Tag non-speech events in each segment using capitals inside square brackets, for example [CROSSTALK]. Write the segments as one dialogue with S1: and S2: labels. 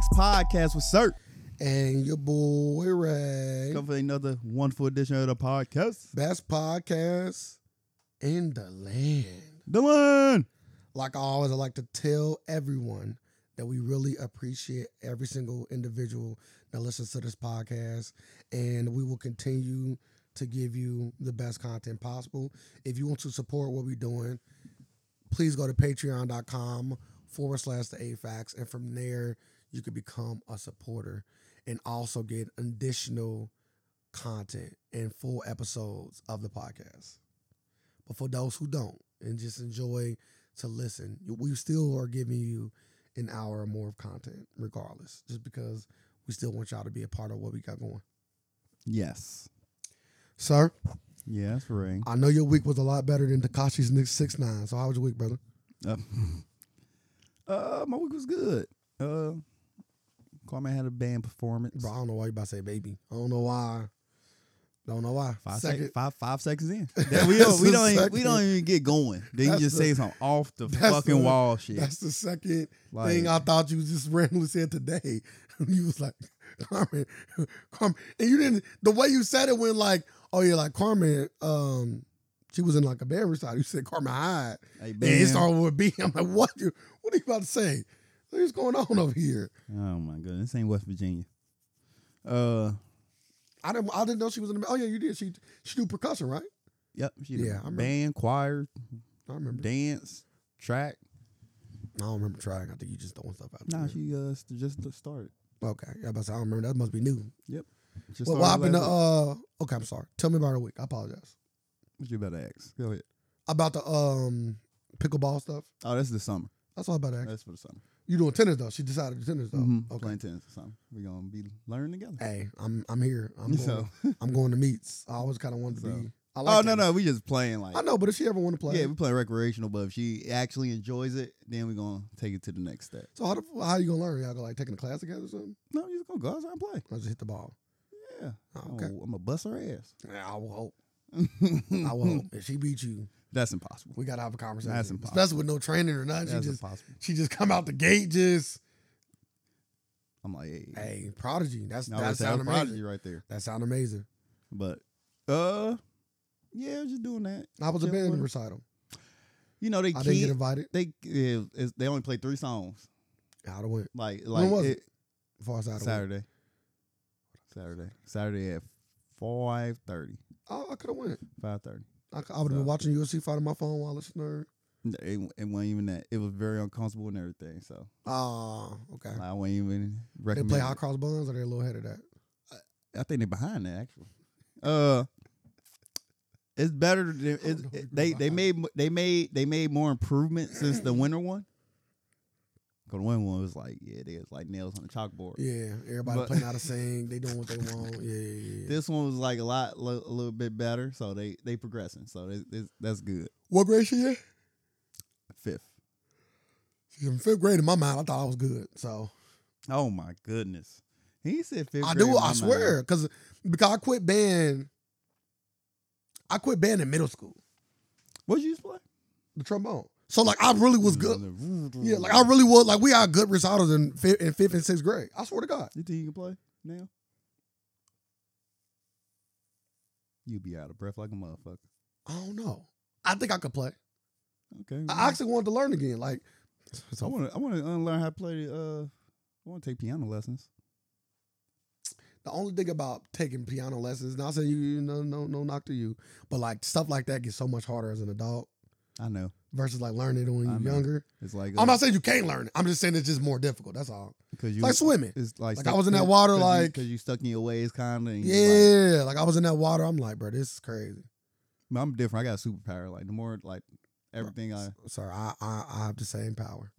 S1: podcast with Sir.
S2: and your boy Ray.
S1: Come for another wonderful edition of the podcast.
S2: Best podcast in the land.
S1: Dylan!
S2: Like always, I like to tell everyone that we really appreciate every single individual that listens to this podcast, and we will continue to give you the best content possible. If you want to support what we're doing, please go to patreon.com forward slash the AFAX, and from there, you can become a supporter and also get additional content and full episodes of the podcast. But for those who don't and just enjoy to listen, we still are giving you an hour or more of content, regardless, just because we still want y'all to be a part of what we got going.
S1: Yes.
S2: Sir,
S1: Yes, Ray.
S2: I know your week was a lot better than Takashi's next six nine. So how was your week, brother?
S1: Uh, uh, my week was good. Uh, Carmen had a band performance.
S2: Bro, I don't know why you about to say baby. I don't know why. Don't know why.
S1: Five, sec-
S2: Second,
S1: five, five seconds
S2: [LAUGHS]
S1: in. That- we, don't, we, don't even, we don't even get going. Then you
S2: That's
S1: just
S2: the-
S1: say some off the
S2: that's
S1: fucking
S2: the-
S1: wall shit.
S2: that's the second
S1: Like-
S2: thing I thought you just [LAUGHS] randomly said today. [LAUGHS] you was like, Carmen, [LAUGHS] Carmen, and you didn't. The way you said it went like, oh yeah, like Carmen. Um, she was in like a bad recital. You said Carmen Hyde.
S1: Hey,
S2: And it
S1: band.
S2: started with B. [LAUGHS] I'm like, what? You, what are you about to say? What's going on over here?
S1: oh my goodness. This ain't West Virginia. Uh,
S2: I didn't. I didn't know she was in the. Oh yeah, you did. She she do percussion, right?
S1: Yep. She did
S2: Yeah, I remember.
S1: band, choir,
S2: I remember.
S1: dance, track.
S2: I don't remember trying. I think you just throwing stuff out.
S1: Nah,
S2: there.
S1: she uh, s- just started.
S2: Okay, yeah, but I don't remember. That must be new.
S1: Just
S2: What,
S1: started
S2: what happened to?
S1: last week.
S2: Uh, okay, I'm sorry. Tell me about her week. I apologize.
S1: What you about to ask? Go ahead.
S2: About the um pickleball stuff.
S1: Oh, that's the summer.
S2: That's all about that.
S1: That's for the summer.
S2: You doing tennis though? She decided to tennis though.
S1: Mhm.
S2: Okay.
S1: Playing tennis or something. We're going to be learning together.
S2: Hey, I'm I'm here. I'm
S1: [LAUGHS]
S2: going.
S1: so,
S2: I'm going to meets. I always kind of wanted to
S1: So-
S2: be. I
S1: oh,
S2: like
S1: no,
S2: tennis.
S1: no. We just playing like.
S2: I know, but if she ever want to play,
S1: Yeah, we play recreational, but if she actually enjoys it, then we're going to take it to the next step.
S2: So how the, f- how you gonna learn? Y'all gonna like taking a class together or something?
S1: No, you just going to go outside and play.
S2: I just hit the ball.
S1: Yeah.
S2: Oh, okay.
S1: I'm going to bust her ass.
S2: Yeah, I will [LAUGHS] hope.
S1: [LAUGHS]
S2: I will hope. If she beat you,
S1: That's impossible.
S2: we gotta have a conversation.
S1: That's impossible.
S2: Especially with no training or nothing.
S1: That's
S2: she just
S1: impossible.
S2: she just come out the gate just
S1: I'm like, hey.
S2: hey, prodigy. That's
S1: No,
S2: that
S1: that's a
S2: sound amazing.
S1: prodigy right there.
S2: That sound amazing.
S1: But uh yeah, just doing that.
S2: I was a
S1: Yeah,
S2: band
S1: what-
S2: recital.
S1: You know, they
S2: I
S1: can't
S2: didn't get invited.
S1: they yeah, it's, they only play three songs.
S2: I'd have went.
S1: Like like
S2: When was
S1: it-
S2: it? Far side. Saturday.
S1: Saturday. Saturday. Saturday at 5:30.
S2: Oh, I, I could have went.
S1: 5:30.
S2: I, would have
S1: So-
S2: been watching UFC fight on my phone while listening.
S1: N- It, it wasn't even that. It was very uncomfortable and everything. So
S2: Ah, okay.
S1: I wouldn't even
S2: they
S1: recommend.
S2: play
S1: it.
S2: high cross buns or they a little ahead of that.
S1: I think they're behind that actually. Uh, it's better. Than,
S2: I don't
S1: it's,
S2: know if
S1: it-
S2: you're
S1: they they
S2: behind.
S1: made mo- they made they made more improvements since the winter one. Cause the winter one was like yeah, they was like nails on the chalkboard.
S2: Yeah, everybody
S1: But-
S2: playing out of sing. They doing what they
S1: [LAUGHS]
S2: want. Yeah, yeah, yeah.
S1: This one was like a lot lo- a little bit better. So they they progressing. So they, they, that's good.
S2: what grade she in?
S1: Fifth.
S2: She's in fifth grade in my mind. I thought I was good. So
S1: Oh my goodness. He said uh, fifth.
S2: I
S1: grade in
S2: do.
S1: my
S2: I
S1: mind.
S2: swear, because because I quit band. I quit band in middle school.
S1: What you used to play? Mm,
S2: The trombone. So like I really was good. Yeah, like I
S1: really.
S2: really was. Like we are good recitals in fifth, in fifth and sixth grade. I swear to God.
S1: You think you can play now? You be out of breath like a motherfucker.
S2: I don't know. I think I could play.
S1: Okay.
S2: I actually wanted to learn
S1: [LAUGHS]
S2: again. Like,
S1: I
S2: so
S1: want to. I want to unlearn how to play. the, Uh, I want to take piano lessons.
S2: the only thing about taking piano lessons, not saying you, you no no no knock to you, but like stuff like that gets so much harder as an adult
S1: I know.
S2: versus like learning it when
S1: I
S2: you're
S1: know.
S2: younger.
S1: It's like
S2: I'm not saying you can't learn it. I'm just saying it's just more difficult. That's all.
S1: because you
S2: It's like swimming.
S1: It's like,
S2: Like, I was in that water, like-
S1: because you, stuck in your ways, kind of. Like,
S2: Yeah, like I was in that water. I'm like, bro, this is crazy.
S1: Man, I'm different. I got a superpower. Like the more like everything I
S2: Sorry, I I, I have the same
S1: [LAUGHS]
S2: power.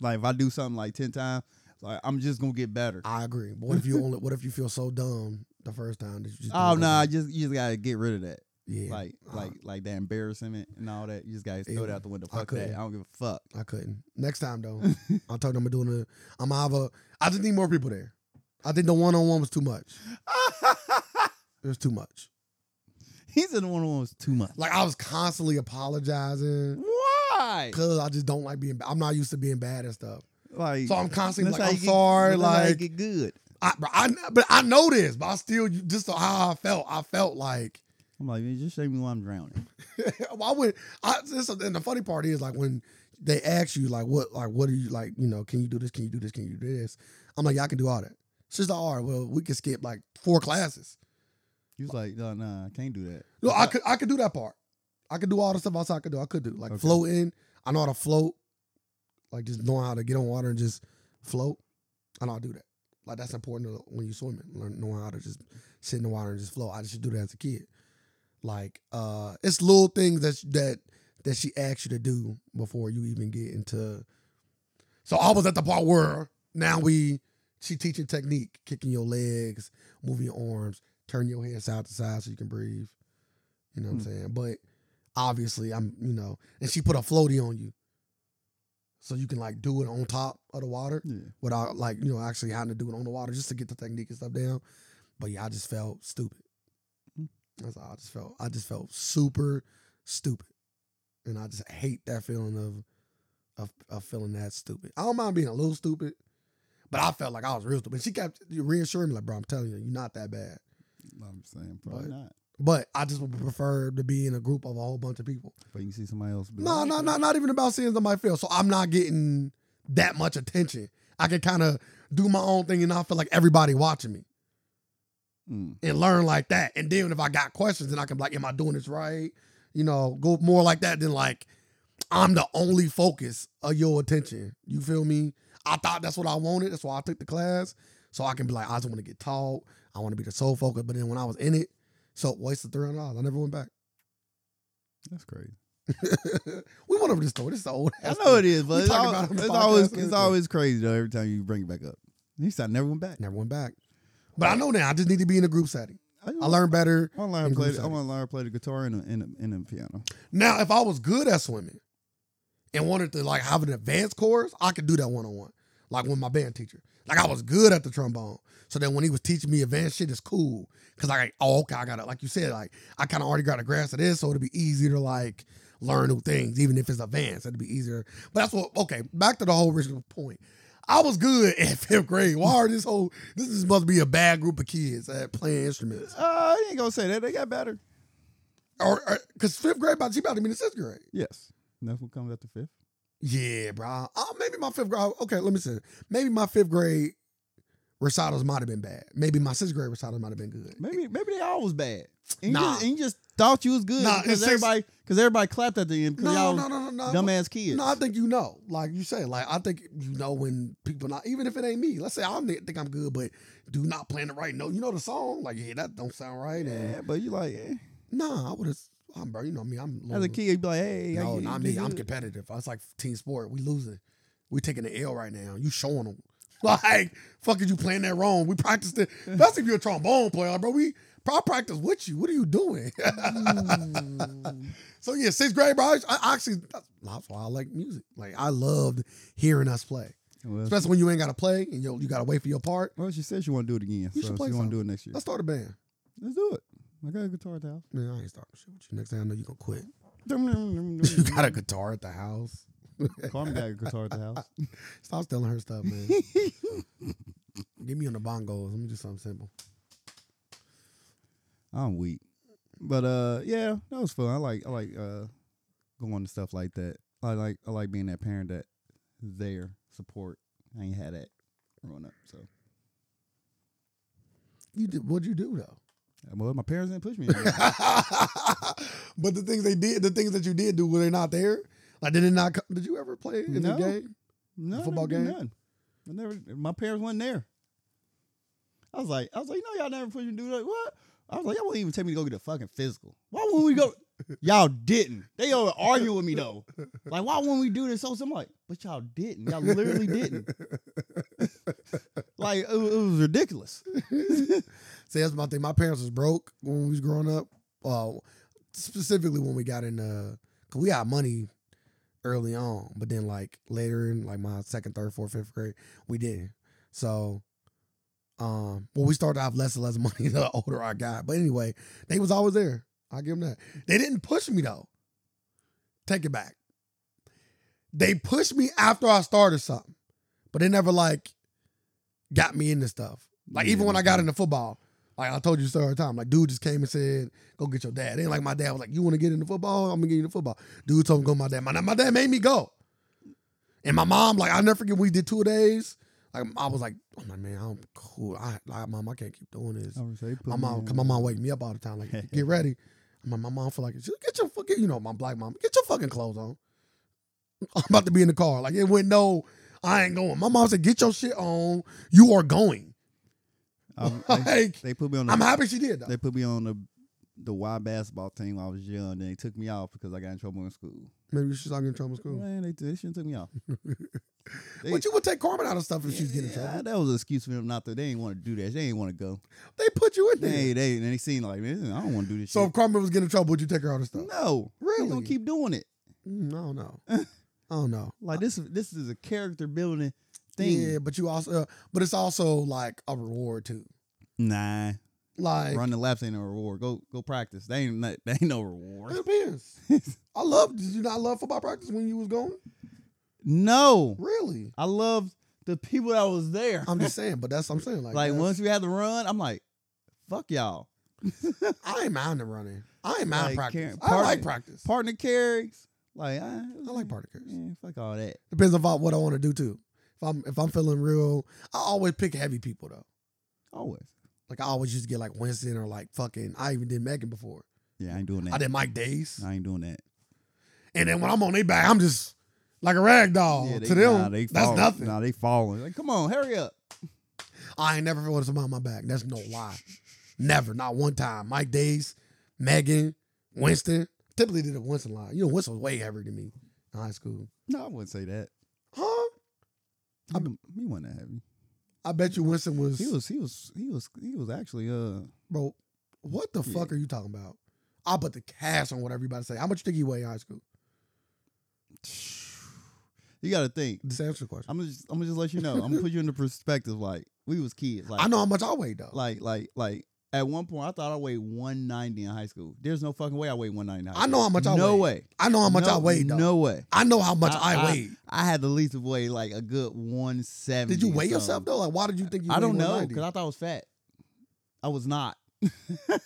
S1: like, if I do something like ten times, like I'm just gonna get better.
S2: I agree. But what if you only? What if you feel so dumb the first time that you just?
S1: Oh
S2: don't
S1: no!
S2: go
S1: I
S2: back?
S1: just you just gotta get rid of that.
S2: yeah,
S1: Like
S2: Uh,
S1: like like that embarrassment and all that. You just gotta throw
S2: Ew.
S1: it out the window.
S2: I
S1: Fuck that.
S2: couldn't.
S1: I don't give a [LAUGHS] fuck.
S2: I couldn't. Next time
S1: [LAUGHS]
S2: though, I'm talking. I'm doing a. I'm gonna have a. I just need more people there. I think the one on one was too much. It was too much.
S1: he said the one on one was too much.
S2: Like I was constantly apologizing
S1: Why?
S2: because I just don't like being. I'm not used to being bad and stuff.
S1: Like
S2: So I'm constantly
S1: that's
S2: like,
S1: how
S2: I'm
S1: you get-
S2: sorry,
S1: that's how you
S2: like,
S1: get good.
S2: I, but I, but I know this, but I still just how I felt. I felt like
S1: I'm like, man, just show me why I'm drowning.
S2: [LAUGHS] why would I? This, and the funny part is like when they ask you like what like what are you like you know can you do this can you do this can you do this? I'm like yeah I can do all that. She's like all right well we can skip like four classes.
S1: He was like, no, nah, I can't do that.
S2: No, I could I could do that part. I could do all the stuff else I could do. I could do like
S1: Okay.
S2: floating. I know how to float. Like just knowing how to get on water and just float. I know how to do that. Like that's important to- when you swimming. Learn knowing how to just sit in the water and just float. I just do that as a kid. Like uh it's little things that that that she asks you to do before you even get into. So I was at the part where now we she teaching technique, kicking your legs, moving your arms, turn your head side to side so you can breathe. You know what I'm saying? But obviously, I'm you know, and she put a floaty on you, so you can like do it on top of the water
S1: Yeah.
S2: without like you know actually having to do it on the water just to get the technique and stuff down. But yeah, I just felt stupid.
S1: Mm.
S2: That's all I just felt. I just felt super stupid, and I just hate that feeling of of, of feeling that stupid. I don't mind being a little stupid, but I felt like I was real stupid. She kept reassuring me like, "Bro, I'm telling you, you're not that bad."
S1: I'm saying probably
S2: But-
S1: not.
S2: But I just would prefer to be in a group of a whole bunch of people.
S1: But you can see somebody else. be
S2: No,
S1: like,
S2: no,
S1: "Okay."
S2: no, not even about seeing somebody fail. So I'm not getting that much attention. I can kind of do my own thing and not feel like everybody watching me
S1: Mm.
S2: and learn like that. And then if I got questions, then I can be like, am I doing this right? You know, go more like that than like I'm the only focus of your attention. You feel me? I thought that's what I wanted. That's why I took the class. So I can be like, I just want to get taught. I want to be the sole focus. But then when I was in it, so wasted three hundred dollars. I never went back. [LAUGHS]
S1: That's crazy.
S2: we went over this story. This is the old.
S1: I
S2: ass
S1: know it is, but
S2: We
S1: it's,
S2: talked
S1: al-
S2: about it on the
S1: it's
S2: podcast
S1: always
S2: and
S1: it's
S2: everything.
S1: always crazy though. Every time you bring it back up, he said, "I never went back."
S2: Never went back. But I know now. I just need to be in a group setting. I learned better.
S1: I want to learn how to
S2: in
S1: play.
S2: group
S1: the- I
S2: setting.
S1: want to learn how to play the guitar and a, and a, and a piano.
S2: Now, if I was good at swimming and wanted to like have an advanced course, I could do that one on one, like with my band teacher. Like I was good at the trombone, so then when he was teaching me advanced shit, it's cool. Cause like, oh, okay, I got to Like you said, like I kind of already got a grasp of this, so it'll be easier to like learn new things, even if it's advanced. It'd be easier. But that's what. Okay, back to the whole original point. I was good [LAUGHS] at fifth grade. Why are this whole? This is supposed to be a bad group of kids at playing instruments.
S1: Uh, I ain't gonna say that. They got better.
S2: Or because fifth grade, about she about to be in sixth grade.
S1: Yes, and that's what comes after fifth.
S2: Yeah, bro. Uh, maybe my fifth grade. Okay, let me see. Maybe my fifth grade recitals might have been bad. Maybe my sixth grade recitals might have been good.
S1: Maybe maybe they all was bad. And you,
S2: Nah.
S1: just, and you just thought you was good
S2: Nah,
S1: because
S2: it's just-
S1: everybody because everybody clapped at the end because
S2: No,
S1: y'all
S2: no, no, no, no.
S1: dumbass kids.
S2: No, I think you know. Like you say, like I think you know when people not even if it ain't me. Let's say I don't think I'm good, but do not plan the right note. You know the song, like yeah, that don't sound right. and-
S1: yeah, but you like eh.
S2: Nah, I would have. I'm bro. You know me. I'm
S1: as
S2: a
S1: a
S2: little-
S1: kid you'd be like, hey, I-
S2: No,
S1: you-
S2: not
S1: you
S2: me. I'm
S1: good.
S2: competitive. It's like team sport. We losing. We taking the L right now. You showing them. [LAUGHS] Like, fuck, is you playing that wrong? We practiced it. That's if you're a trombone player, bro. We I practice with you. What are you doing? [LAUGHS]
S1: Mm.
S2: so yeah, sixth grade, bro. I, I actually that's why I like music. Like I loved hearing us play,
S1: well,
S2: especially when you ain't got to play and you you got to wait for your part.
S1: well, she said she want to do it again,
S2: You should
S1: so
S2: play
S1: she want
S2: something.
S1: to do it next year.
S2: Let's start a band.
S1: Let's do it. I got a guitar at the house.
S2: Man, I ain't starting shit with you. Next thing I know, you gonna quit. [LAUGHS] you
S1: you [LAUGHS]
S2: got a guitar at the house.
S1: Carmen got a guitar at the house.
S2: Stop stealing her stuff, [LAUGHS] man. Get me on the bongos. Let me do something simple.
S1: I'm weak, but uh, yeah, that was fun. I like I like uh going to stuff like that. I like I like being that parent that is there support. I ain't had that growing up, so
S2: You did what'd you do though?
S1: well, my parents didn't push me. anywhere.
S2: [LAUGHS] but the things they did, the things that you did do, were they not there? Like did it not? co- Did you ever play in the
S1: No.
S2: game?
S1: no, I
S2: Football
S1: never did
S2: game?
S1: None. I never. My parents wasn't there. I was like, I was like, you know, y'all never pushed me to do that. What? I was like, y'all wouldn't even take me to go get a fucking physical. Why wouldn't we
S2: [LAUGHS]
S1: go? y'all didn't. They over argue with me though. Like, why wouldn't we do this? So I'm like, but y'all didn't. Y'all literally didn't. like, it, wa- it was ridiculous.
S2: [LAUGHS] See, that's my thing. My parents was broke when we was growing up. Uh, specifically when we got in, uh, cause we had money early on, but then like later in like my second, third, fourth, fifth grade, we didn't. So, um, well, we started to have less [LAUGHS] and less money the older I got. But anyway, they was always there. I give them that. They didn't push me though. Take it back. They pushed me after I started something. But they never like got me into stuff. Like even
S1: Yeah,
S2: when
S1: me
S2: I got
S1: too.
S2: into football, like I told you several times, like dude just came and said, "Go get your dad." Then like my dad was like, "You want to get into football? I'm gonna get you into football." Dude told him go. to My dad, my, my dad made me go. And my mom, like I never forget, we did two days. Like I was like, "Oh my man, I'm cool. I like mom, I can't keep doing this."
S1: I would say put
S2: My
S1: me
S2: mom,
S1: in.
S2: cause my mom wake me up all the time, like
S1: [LAUGHS]
S2: get ready. My my mom feel like she's like, get your fucking, you know, my black mom, get your fucking clothes on. [LAUGHS] I'm about to be in the car. Like it went no, I ain't going. My mom said, get your shit on. You are going. [LAUGHS]
S1: Um, they,
S2: Like
S1: they put me on. [LAUGHS] The,
S2: I'm happy she did though.
S1: They put me on the the Y basketball team when I was young. And they took me off because I got in trouble in school.
S2: Maybe she's not getting in trouble in school.
S1: Man, they, they shouldn't took me off. They-
S2: But you would take Carmen out of stuff if she's getting in
S1: Yeah,
S2: trouble.
S1: That was an excuse for them not to. They didn't want to do that. They didn't want to go.
S2: They put you in there.
S1: They they and they seemed like man, I don't want to do this.
S2: So
S1: shit.
S2: if Carmen was getting in trouble, would you take her out of stuff?
S1: no,
S2: Really?
S1: they gonna keep doing it.
S2: Mm, I don't know. [LAUGHS] I don't know.
S1: Like this this is a character building thing.
S2: Yeah, but you also, uh, but it's also like a reward too.
S1: Nah,
S2: Like
S1: run the laps ain't no reward. Go go practice. They ain't not, they ain't no reward.
S2: It depends. I love. Did you not love football practice when you was going?
S1: No,
S2: Really?
S1: I loved the people that was there.
S2: I'm just saying, but that's what I'm saying.
S1: [LAUGHS]
S2: Like,
S1: like
S2: that's-
S1: once we had to run, I'm like, fuck y'all.
S2: I ain't mind the running. I ain't mind
S1: Like,
S2: practice.
S1: Karen-
S2: I
S1: part-
S2: like practice.
S1: Partner carries. Like I,
S2: I like partner carries.
S1: Yeah, fuck all that.
S2: Depends on what I want to do too. If I'm if I'm feeling real, I always pick heavy people though.
S1: Always.
S2: Like I always used to get like Winston or like fucking. I even did Megan before.
S1: Yeah, I ain't doing that.
S2: I did Mike Days,
S1: I ain't doing that.
S2: and then when I'm on their back, I'm just like a rag doll
S1: Yeah,
S2: Oh, to them.
S1: nah, they
S2: that's
S1: falling.
S2: nothing.
S1: Nah, they falling. Like, come on, hurry up.
S2: I ain't never felt somebody on my back. That's no lie. Never, not one time. Mike Days, Megan, Winston. Typically did a Winston line. You know, Winston was way heavier than me in high school.
S1: No, I wouldn't say that.
S2: Huh?
S1: He, he wasn't that heavy.
S2: I bet you Winston was,
S1: He was. He was. He was. He was actually. Uh,
S2: bro. What the fuck are you talking about? I put the cast on what everybody say. How much you think he weighed in high school?
S1: you got to think.
S2: Just answer the question.
S1: I'm gonna. Just, I'm gonna just let you know. I'm gonna put you into perspective. Like we was kids. Like
S2: I know how much I weighed though.
S1: Like like like. At one point, I thought I weighed 190 in high school. There's no fucking way I weighed 190. in high
S2: I know
S1: school.
S2: how much I
S1: No
S2: weigh.
S1: way.
S2: I know how much
S1: no,
S2: I weighed though.
S1: No way.
S2: I know how much I,
S1: I-
S2: weighed.
S1: I had the least of weight like a good 170.
S2: Did you
S1: or
S2: weigh yourself
S1: something.
S2: though? Like, why did you think you?
S1: I
S2: weighed
S1: don't know
S2: 190?
S1: because I thought I was fat. I was not.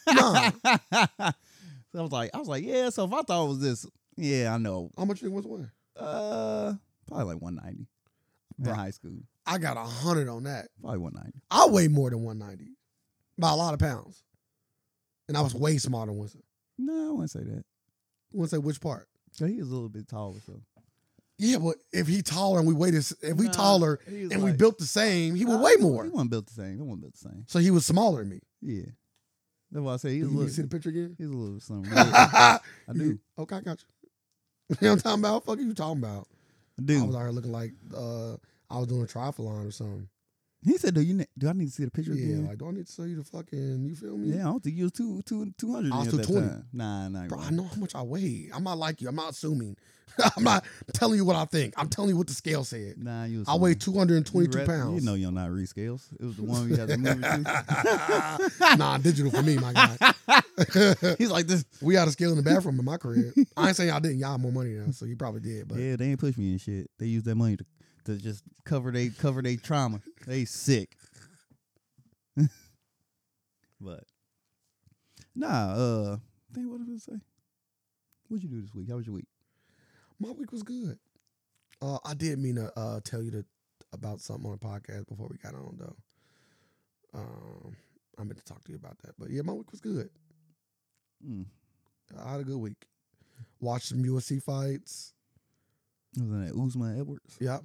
S2: Nah.
S1: [LAUGHS] so I was like, I was like, yeah. So if I thought it was this, yeah, I know.
S2: how much you think Winston weighed?
S1: Uh, probably like 190
S2: Bruh.
S1: in high school.
S2: I got a hundred on that.
S1: Probably 190.
S2: I weigh more than 190 by a lot of pounds. And I was way smaller than Winston.
S1: No, I wouldn't say that.
S2: Wouldn't say which part.
S1: So he was a little bit taller. So
S2: Yeah, but if he taller and we weigh this, if we
S1: Nah,
S2: taller
S1: he
S2: and
S1: was
S2: we
S1: like-
S2: built the same, he would
S1: Nah,
S2: weigh
S1: wa- He
S2: more.
S1: wasn't built the same. He wasn't built the same.
S2: So he was smaller than me.
S1: Yeah, that's why I say he
S2: You,
S1: was a
S2: you see
S1: little.
S2: the picture again?
S1: He's a
S2: [LAUGHS]
S1: little something. [LAUGHS] Yeah,
S2: I
S1: I do.
S2: Okay, I got you. [LAUGHS] You know what I'm talking about? Fuck are you talking about?
S1: I
S2: I was
S1: do.
S2: out here looking like uh, I was doing a triathlon or something.
S1: He said, "Do you ne- do I need to see the picture
S2: Yeah,
S1: again?"
S2: like, do I need to sell you the fucking, you feel me?
S1: Yeah, I don't think you was two two two hundred.
S2: I was
S1: at that
S2: 220.
S1: time. Nah, nah.
S2: Bro,
S1: bro.
S2: I know how much I weigh. I'm not like you. I'm not assuming. [LAUGHS] I'm not telling you what I think. I'm telling you what the scale said.
S1: Nah, you. Was
S2: I weigh
S1: something. You
S2: 222
S1: rep-
S2: pounds.
S1: You know [LAUGHS] you're not rescales. It was the one we had to move it
S2: [LAUGHS] nah, digital for me, my guy.
S1: to. [LAUGHS] He's like this.
S2: [LAUGHS] we had a scale in the bathroom in my career. I ain't saying y'all didn't. Y'all had more money now, so you probably did. But
S1: Yeah, they ain't push me and shit. They use that money to, to just cover they cover they trauma. They sick. [LAUGHS] but nah, uh, dang, what did I say? What'd you do this week? How was your week?
S2: my week was good. Uh, I did mean to uh, tell you to, about something on the podcast before we got on, though. Um, I meant to talk to you about that. But yeah, my week was good.
S1: Mm,
S2: I had a good week. Watched some USC fights.
S1: was that Usman Edwards?
S2: Yep.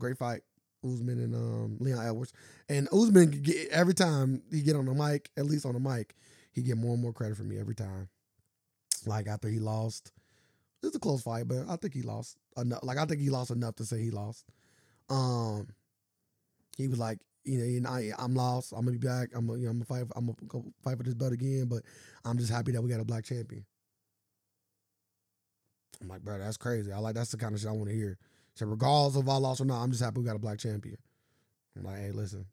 S2: Great fight. Usman and um, Leon Edwards. And Usman could get every time he get on the mic, at least on the mic, he get more and more credit from me every time. Like after he lost, it was a close fight, but I think he lost enough. Like I think he lost enough to say he lost. Um, he was like, you know, and I, I'm lost. I'm gonna be back. I'm gonna, you know, I'm gonna fight. I'm gonna go fight for this belt again. But I'm just happy that we got a black champion. I'm like, bro, that's crazy. I like that's the kind of shit I want to hear. So regardless of if I lost or not, I'm just happy we got a black champion. I'm like, hey, listen,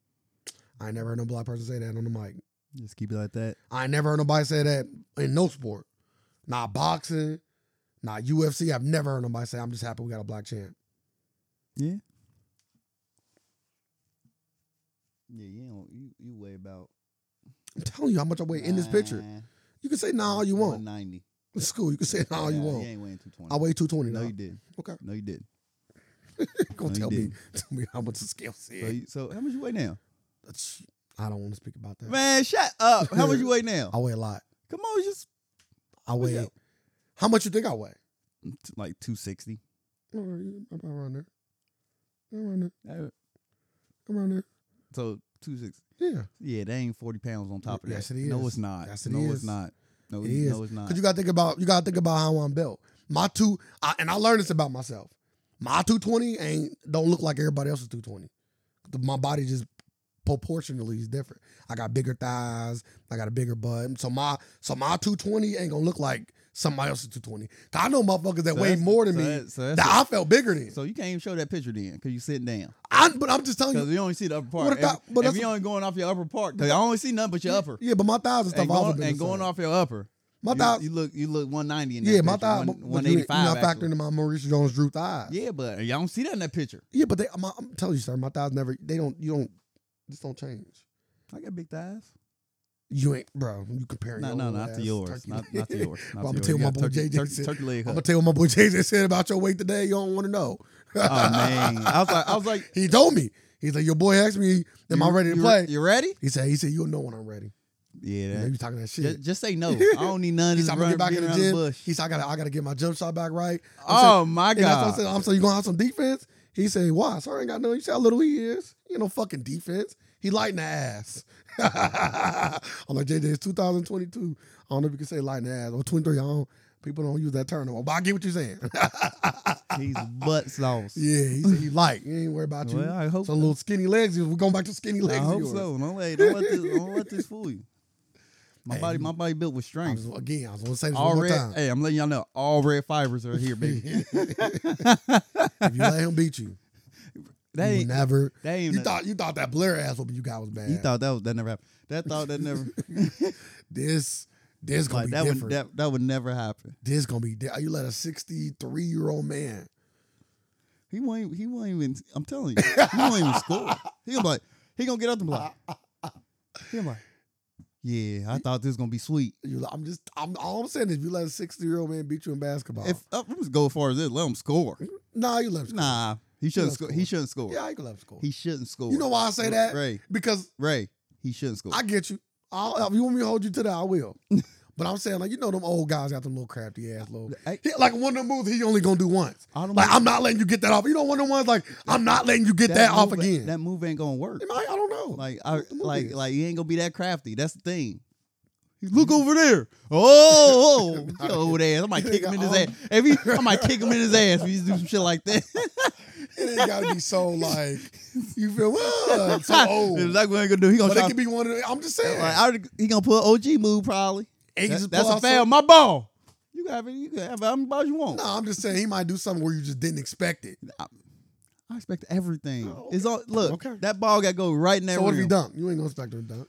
S2: I ain't never heard no black person say that on the mic.
S1: Just keep it like that.
S2: I ain't never heard nobody say that in no sport. Not boxing, not UFC. I've never heard nobody say, I'm just happy we got a black champ.
S1: Yeah. Yeah, you don't, you you weigh about
S2: I'm telling you how much I weigh in this picture.
S1: nine-
S2: You can say nah all you want.
S1: 190.
S2: It's cool. You can say nah all you
S1: Nah,
S2: want.
S1: You ain't weighing two twenty.
S2: I weigh two twenty
S1: No,
S2: now.
S1: you didn't.
S2: Okay.
S1: No, you didn't.
S2: Gonna
S1: No, you
S2: tell me,
S1: didn't.
S2: tell me how much the scale said.
S1: So, you, so how much you weigh now?
S2: That's- I don't want to speak about that.
S1: Man, shut up. How
S2: [LAUGHS]
S1: much you weigh now?
S2: I weigh a lot.
S1: Come on, just
S2: I
S1: What's
S2: weigh.
S1: up?
S2: How much you think I weigh? Oh,
S1: t- like two sixty.
S2: I'm around there. I'm around there. I'm around there.
S1: So two sixty.
S2: Yeah.
S1: Yeah, that ain't forty pounds on top of
S2: Yes,
S1: that.
S2: it
S1: No,
S2: is.
S1: it's not.
S2: Yes, it
S1: no,
S2: is.
S1: it's not. No,
S2: It
S1: you-
S2: is.
S1: no, it's not.
S2: Cause you gotta think about you gotta think about how I'm built. My two, I, and I learned this about myself. My two twenty ain't don't look like everybody else's two twenty. My body just proportionally is different. I got bigger thighs. I got a bigger butt. So my so my two twenty ain't gonna look like somebody else's two twenty. I know motherfuckers that
S1: So
S2: weigh
S1: that's-
S2: more than
S1: so
S2: me
S1: that- so,
S2: that
S1: that's
S2: I felt bigger than.
S1: so you can't even show that picture then, because you sitting down.
S2: I, but I'm just telling
S1: Because
S2: you.
S1: you only see the upper part.
S2: Oh, What if
S1: if
S2: I- but
S1: if
S2: that's-
S1: you only going off your upper part, because I only see nothing but your upper.
S2: Yeah, but my thighs and stuff
S1: And
S2: also
S1: going,
S2: been
S1: and
S2: the
S1: going
S2: same.
S1: off your upper,
S2: My
S1: you-
S2: thighs,
S1: you, look you look one ninety in that
S2: yeah, my
S1: picture,
S2: thighs,
S1: one-
S2: but- but you-
S1: 185
S2: You're not
S1: actually.
S2: factoring in my Maurice Jones-Drew thighs.
S1: Yeah, but y'all don't see that in that picture.
S2: Yeah, but they, I'm, I'm telling you, sir, my thighs never. They don't. You don't. This don't change.
S1: I got big thighs.
S2: You ain't, bro. You comparing?
S1: No,
S2: your
S1: no,
S2: old
S1: not to
S2: ass
S1: yours.
S2: turkey
S1: Not,
S2: leg.
S1: not to
S2: [LAUGHS]
S1: yours. Not
S2: Well,
S1: to
S2: I'ma
S1: yours.
S2: tell
S1: You
S2: my
S1: got
S2: boy
S1: turkey,
S2: JJ
S1: turkey,
S2: said-
S1: turkey leg
S2: I'm
S1: hut.
S2: gonna tell you what my boy JJ said about your weight today. You don't want to know.
S1: Oh man, I was like, I was like,
S2: he told me. He's like, your boy asked me, [LAUGHS] "Am I
S1: you-
S2: ready to
S1: you-
S2: play?"
S1: You ready?
S2: he said, "He said you'll know when I'm ready."
S1: Yeah.
S2: You know,
S1: that-
S2: you talking that shit.
S1: Just, just say
S2: [LAUGHS]
S1: no. I don't need none of
S2: He
S1: this
S2: said, "I'm
S1: run,
S2: gonna get back in the
S1: around the
S2: gym."
S1: bush.
S2: [LAUGHS] he said, "I gotta, I gotta get my jump shot back right."
S1: oh my
S2: And that's what I
S1: god.
S2: said. I'm saying you gonna have some defense. He said, "Why? Sir ain't got no. You see how little he is. He ain't no fucking defense. He light in the ass." [LAUGHS] I'm like JJ. It's 2022. I don't know if you can say light in the ass or 23. I don't. People don't use that term no more. But I get what you're saying. [LAUGHS]
S1: He's butt sauce.
S2: yeah, he said he light. He ain't worried about you.
S1: Well, I hope.
S2: some little skinny legs. We're going back to skinny
S1: I
S2: legs. of
S1: hope
S2: yours.
S1: so. Don't let, don't let this don't let
S2: [LAUGHS]
S1: this fool you. My
S2: Hey,
S1: body,
S2: you-
S1: my body built with
S2: I
S1: strength.
S2: was, again, I was gonna say this
S1: All
S2: one more
S1: red.
S2: time.
S1: Hey, I'm letting y'all know. All red fibers are here, baby.
S2: [LAUGHS] if you let him beat you,
S1: [LAUGHS] That
S2: you will
S1: ain't.
S2: never.
S1: That ain't.
S2: You
S1: nothing.
S2: thought you thought that Blair ass whooping you got was bad.
S1: You thought that was that never happened. That thought that
S2: [LAUGHS]
S1: never
S2: this this gonna
S1: like
S2: be
S1: that
S2: different.
S1: would that, that would never happen.
S2: this gonna be di- you let a 63 year old man
S1: He won't even- he won't even I'm telling you, he won't
S2: [LAUGHS]
S1: even score. He gonna be like he gonna get up and be like he gonna be like, Yeah, I thought this was gonna be sweet.
S2: you i'm just i'm all i'm saying is you let a 60 year old man beat you in basketball
S1: If uh, I'm just go as far as this, let him score.
S2: nah you let him score.
S1: Nah, he shouldn't
S2: let
S1: score.
S2: score.
S1: He shouldn't score.
S2: yeah you can let him score
S1: He shouldn't score.
S2: you know why i say that
S1: Ray,
S2: because
S1: Ray, he shouldn't score.
S2: i get you I'll, if you want me to hold you to that i will
S1: [LAUGHS]
S2: but i'm saying like you know them old guys got them little crafty ass little
S1: I,
S2: he, like one of them moves he only gonna do once
S1: I don't
S2: like
S1: know.
S2: i'm not letting you get that off you know one of them ones like i'm not letting you get that, off
S1: move-
S2: again
S1: That move ain't gonna work.
S2: I, I don't know
S1: Like I
S2: What the move
S1: like
S2: is?
S1: like he ain't gonna be that crafty. That's the thing. He Look over there. Oh,
S2: [LAUGHS]
S1: oh get over there. I might kick him in his ass. If he, I might kick him in his ass if he do some shit like that.
S2: [LAUGHS] it ain't gotta
S1: [LAUGHS]
S2: be so like you feel what? so
S1: If
S2: old.
S1: that's what he gonna do. He gonna
S2: But it
S1: try.
S2: could be one of the, I'm just saying.
S1: like, I would- he gonna put OG move probably.
S2: Ages
S1: That- that's a
S2: plus,
S1: fail.
S2: so-
S1: My ball. You can have it. You can have how many balls you want.
S2: No, I'm just saying he might do something where you just didn't expect it.
S1: I expect everything.
S2: Oh,
S1: It's all look.
S2: Okay.
S1: That ball got to go right in that
S2: So what if
S1: rim.
S2: he dunk? You ain't gonna expect him to dunk.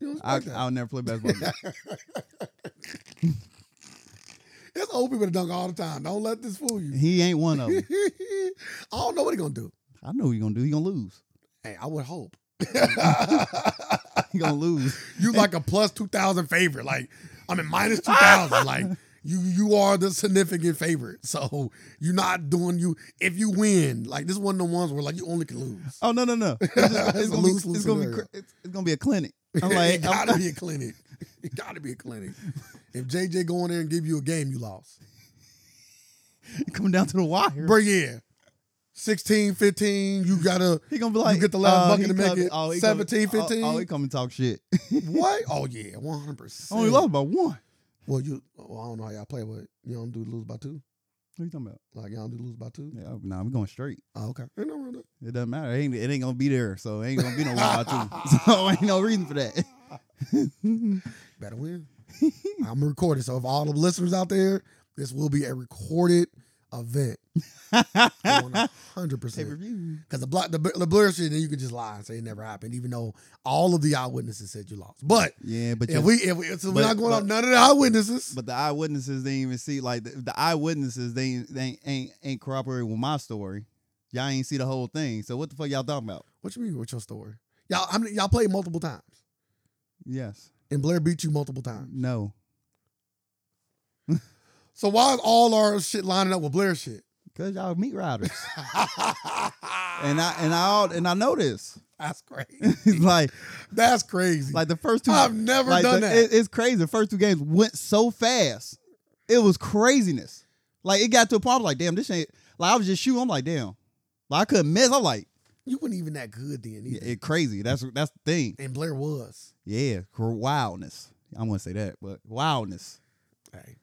S2: You don't
S1: I,
S2: expect that.
S1: I'll never play
S2: [LAUGHS]
S1: basketball. again.
S2: There's old people that dunk all the time. Don't let this fool you. [LAUGHS]
S1: he ain't one of
S2: I
S1: them.
S2: don't know what he gonna do.
S1: I know what he gonna do. He gonna lose.
S2: Hey, I would hope.
S1: He gonna
S2: [LAUGHS]
S1: lose.
S2: you like a plus two thousand favorite. Like I mean minus two thousand. like you you are the significant favorite. So you're not doing you if you win. Like this is one of the ones where like you only can lose.
S1: Oh no no no! It's, just- it's
S2: [LAUGHS] It's a
S1: gonna be
S2: lose-lose
S1: it's gonna be
S2: scenario.
S1: cr- it's, it's gonna be a clinic.
S2: [LAUGHS]
S1: I'm
S2: it
S1: like I'm-
S2: gotta be a clinic. It gotta be a clinic. If JJ go in there and give you a game, you lost.
S1: come down to the wire.
S2: But yeah, 16, 15, you gotta
S1: He gonna be like
S2: get the last
S1: uh,
S2: bucket
S1: he
S2: to make
S1: come-
S2: it
S1: he
S2: 17,
S1: come,
S2: 15?
S1: Oh, oh, he come and talk
S2: [LAUGHS]
S1: shit.
S2: what? Oh yeah, one hundred
S1: I
S2: percent.
S1: only lost by one.
S2: Well, you. Well, I don't know how y'all play, but you don't do lose by two.
S1: What you talking about?
S2: Like y'all do lose by two.
S1: Yeah, nah, I'm going straight.
S2: Oh, okay. Ain't no wrong with
S1: It doesn't matter. It ain't, it ain't gonna be there, so it ain't gonna
S2: [LAUGHS]
S1: be no one by two. [LAUGHS] So ain't no reason for that.
S2: that.
S1: [LAUGHS]
S2: Better win. I'm gonna record it. So if all the listeners out there, this will be a recorded
S1: [LAUGHS]
S2: event. One hundred
S1: Pay
S2: percent.
S1: per view.
S2: Because the block, the, the blur shit, then you could just lie and say it never happened, even though all of the eyewitnesses said you lost. But
S1: Yeah, but
S2: if
S1: you,
S2: we, if we, so we're
S1: but-
S2: not going off
S1: but-
S2: none of the eyewitnesses.
S1: but the eyewitnesses didn't even see like the, the eyewitnesses they ain't- they ain't, ain't ain't corroborating with my story. Y'all ain't see the whole thing. So what the fuck y'all talking about?
S2: What you mean? What's your story? Y'all, I mean, y'all played multiple times,
S1: Yes.
S2: and Blair beat you multiple times.
S1: No.
S2: So why is all our shit lining up with Blair shit?
S1: Cause y'all meat riders.
S2: [LAUGHS]
S1: and I and I all- and I know this. [LAUGHS]
S2: that's crazy.
S1: It's like
S2: [LAUGHS] That's crazy.
S1: like the first two
S2: I've never
S1: like
S2: done
S1: the-
S2: that.
S1: it- it's crazy. The first two games went so fast. It was craziness. Like it got to a point I was like, damn, this ain't like I was just shooting. I'm like, damn. Like I couldn't miss. I'm like,
S2: you weren't even that good then,
S1: yeah,
S2: either.
S1: it crazy. That's that's the thing.
S2: and Blair was.
S1: Yeah, cr- wildness. I wouldn't say that, but wildness.
S2: Hey,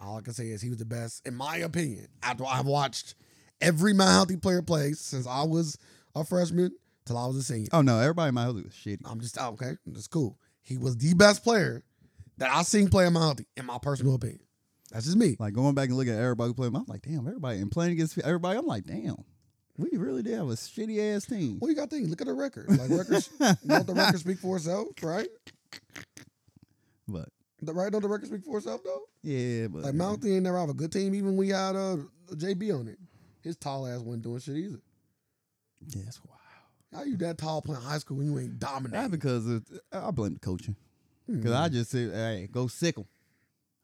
S2: all I can say is he was the best, in my opinion. After I've watched every Mount Healthy player play since I was a freshman till I was a senior.
S1: Oh no, everybody in my house was shitty.
S2: I'm just oh, okay. That's cool. He was the best player that I seen play in Mount Healthy, in my personal opinion. That's just me.
S1: Like going back and looking at everybody who played, I'm like, damn, everybody and playing against everybody. I'm like, damn, we really did have a shitty ass team.
S2: What do you got to think? Look at the record. Like records, don't the record speak for itself, right?
S1: But
S2: The right don't the record speak for itself though.
S1: yeah, but
S2: Like Mount Healthy ain't never have a good team, even we had uh, JB on it. His tall ass wasn't doing shit either.
S1: yeah, that's wild.
S2: How you that tall playing high school when you ain't
S1: That's
S2: dominating?
S1: because of, I blame the coaching.
S2: Hmm.
S1: Because I just said, hey, go sick 'em.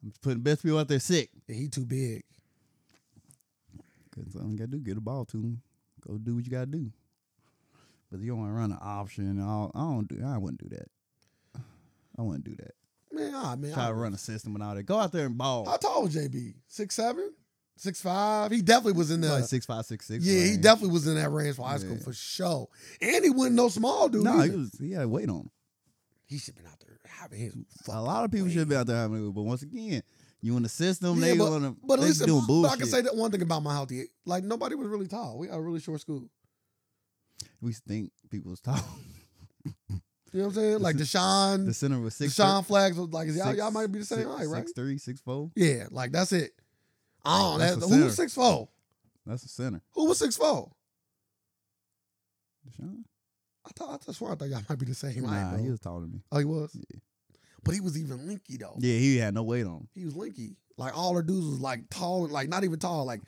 S1: I'm just putting the best people out there sick.
S2: He too big.
S1: Because all you got to do get the ball to 'em. Go do what you got to do. But you don't want to run an option. And all, I don't do. I wouldn't do that. I wouldn't do that.
S2: Man, ah man.
S1: Try to
S2: I,
S1: run a system and all that. Go out there and ball.
S2: how tall was JB? Six seven? Six five? He definitely was in the
S1: Like six five, six six.
S2: uh, Yeah, he
S1: range.
S2: definitely was in that range for high school
S1: Yeah.
S2: for sure. And he wasn't no small dude.
S1: No,
S2: either.
S1: he
S2: he,
S1: was. He had weight on. him.
S2: should have been out there having his
S1: A lot of people
S2: way.
S1: should have been out there having it, but once again, you in the system,
S2: Yeah,
S1: they
S2: but-
S1: want to.
S2: But at
S1: they
S2: least
S1: doing
S2: but
S1: bullshit.
S2: I can say that one thing about my healthy. Like nobody was really tall. We had a really short school.
S1: we think people was tall.
S2: You know what I'm saying? Like
S1: [LAUGHS] the
S2: Deshaun,
S1: center was six.
S2: Deshaun Flags was like y'all, y'all
S1: six-
S2: might be the same
S1: six,
S2: height, right?
S1: Six three, six four.
S2: yeah, like that's it. Oh,
S1: That's
S2: that,
S1: a
S2: who was
S1: center.
S2: six four?
S1: That's the center.
S2: Who was six four?
S1: Deshaun?
S2: I thought I just swear I thought y'all might be the same height,
S1: Nah,
S2: bro.
S1: he was taller than me.
S2: oh, he was.
S1: Yeah.
S2: But he was even linky though.
S1: Yeah, he had no weight on. him.
S2: He was linky. Like all her dudes was like tall, like not even tall, like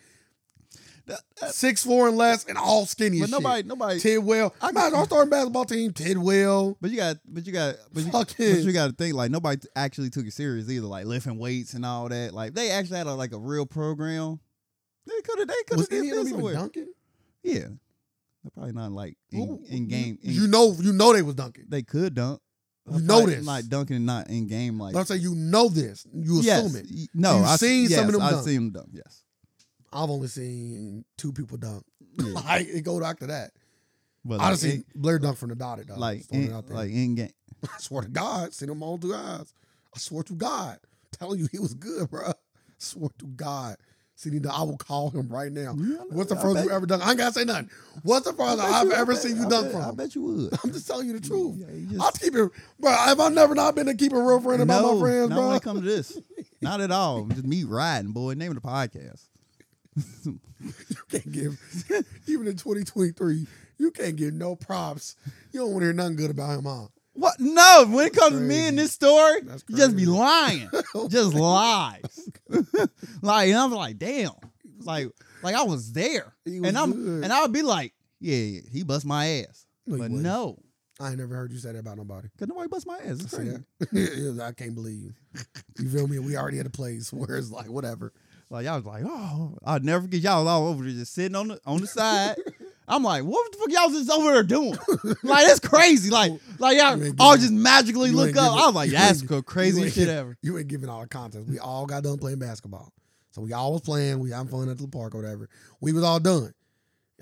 S1: That- that-
S2: six four and less, and all skinny.
S1: but
S2: as shit.
S1: nobody, nobody.
S2: Tidwell. I got our starting basketball team. Tidwell.
S1: But you got, but you got, but you,
S2: Fuck
S1: but
S2: it.
S1: you got to think like nobody t- actually took it serious either. Like lifting weights and all that. Like they actually had a, like a real program. They could have, they could
S2: Was
S1: have
S2: any
S1: did
S2: of them
S1: this
S2: even
S1: somewhere.
S2: dunking?
S1: Yeah, they're probably not like in,
S2: Who-
S1: in game. in-
S2: You know, you know they was dunking.
S1: they could dunk.
S2: You
S1: I'm
S2: know
S1: not-
S2: this.
S1: Not dunking and not in game like.
S2: But I'm saying you know this. You
S1: yes,
S2: assume it.
S1: y- No,
S2: You've
S1: I've
S2: seen some of them
S1: I've
S2: dunk.
S1: seen them dunk. Yes.
S2: I've only seen two people dunk. [LAUGHS]
S1: Yeah.
S2: like it go after that.
S1: But like,
S2: Honestly,
S1: in-
S2: Blair dunked from the dotted though.
S1: like
S2: Oh, Just throwing it
S1: in,
S2: out there.
S1: like in game.
S2: [LAUGHS] I swear to God, seen him all two eyes. I swear to God, telling you he was good, bro. Swear to God, seen him. I will call him right now. What's the
S1: I
S2: first
S1: bet-
S2: you ever dunk? I ain't gotta say nothing. What's the
S1: I
S2: first
S1: bet
S2: I've
S1: you- I
S2: ever
S1: bet-
S2: seen
S1: I
S2: you dunk
S1: bet-
S2: from?
S1: I bet you would.
S2: [LAUGHS] I'm just telling you the truth.
S1: Yeah, you just-
S2: I'll keep it, bro. If I never not been a keep it real friend about
S1: no,
S2: my friends,
S1: no,
S2: bro.
S1: when it come to
S2: [LAUGHS]
S1: this. Not at all. Just me riding, boy. Name of the podcast.
S2: you can't give [LAUGHS] even in 2023, you can't give no props. You don't want to hear nothing good about him, huh?
S1: What? No, when it comes to me and this story,
S2: That's
S1: you just be
S2: crazy. [LAUGHS] Oh
S1: lying. just lies. [LAUGHS] like, and I'm like, damn. Like, like I was there.
S2: He was
S1: and I'm
S2: good.
S1: and I would be like, yeah, yeah, he bust my ass.
S2: No, you
S1: but
S2: wouldn't.
S1: no.
S2: I ain't never heard you say that about nobody.
S1: Cause nobody bust my ass. It's
S2: I
S1: crazy.
S2: see that. [LAUGHS] I can't believe you. You feel me? We already at a place [LAUGHS] where it's like whatever.
S1: Like y'all was like, oh, I'll never forget y'all was all over there just sitting on the on the
S2: [LAUGHS]
S1: side. I'm like, what the fuck y'all just over there doing? like that's crazy.
S2: [LAUGHS]
S1: Like like y'all
S2: You ain't
S1: all
S2: giving-
S1: just magically
S2: you
S1: look
S2: ain't
S1: up.
S2: giving-
S1: I was like,
S2: [LAUGHS] you
S1: that's
S2: ain't-
S1: the craziest
S2: you
S1: shit
S2: ain't-
S1: ever.
S2: You ain't giving all the context. We all got done playing basketball. So we all was playing. We having fun at the park or whatever. We was all done.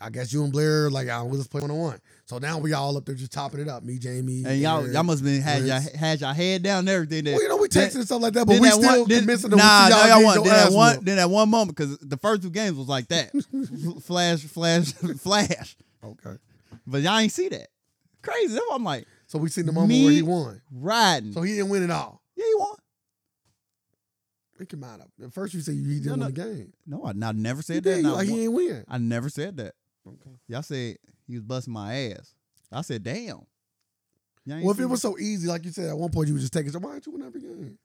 S2: I guess you and Blair, like, I was just playing one on one. So now we all up there just topping it up. Me, Jamie.
S1: And y'all
S2: Eric.
S1: y'all must have been had y'all
S2: Ritz.
S1: had y'all head down and everything. That,
S2: Well, you know, we
S1: then-
S2: texting and stuff like that, Oh, but we
S1: that
S2: still
S1: then-
S2: missing the
S1: nah,
S2: y'all
S1: no, y'all
S2: getting
S1: want
S2: your
S1: then
S2: ass
S1: that one
S2: whooped.
S1: then that one moment because the first two games was like that. [LAUGHS] F- flash, flash, flash.
S2: Okay.
S1: But y'all ain't see that. Crazy. That's why I'm like,
S2: So we seen the moment
S1: Me-
S2: where he won.
S1: riding.
S2: So he didn't win at all.
S1: yeah, you won.
S2: It came out of. At first you say he didn't
S1: No,
S2: win
S1: no.
S2: the game.
S1: No, I, I never
S2: He
S1: said that.
S2: did.
S1: and I
S2: Like
S1: won.
S2: he ain't win.
S1: I never said that.
S2: Okay.
S1: Y'all said he was busting my ass. I said, damn. Y'all ain't
S2: Well, if it
S1: seen
S2: was so easy, like you said, at one point you were just taking. So why aren't you win every game?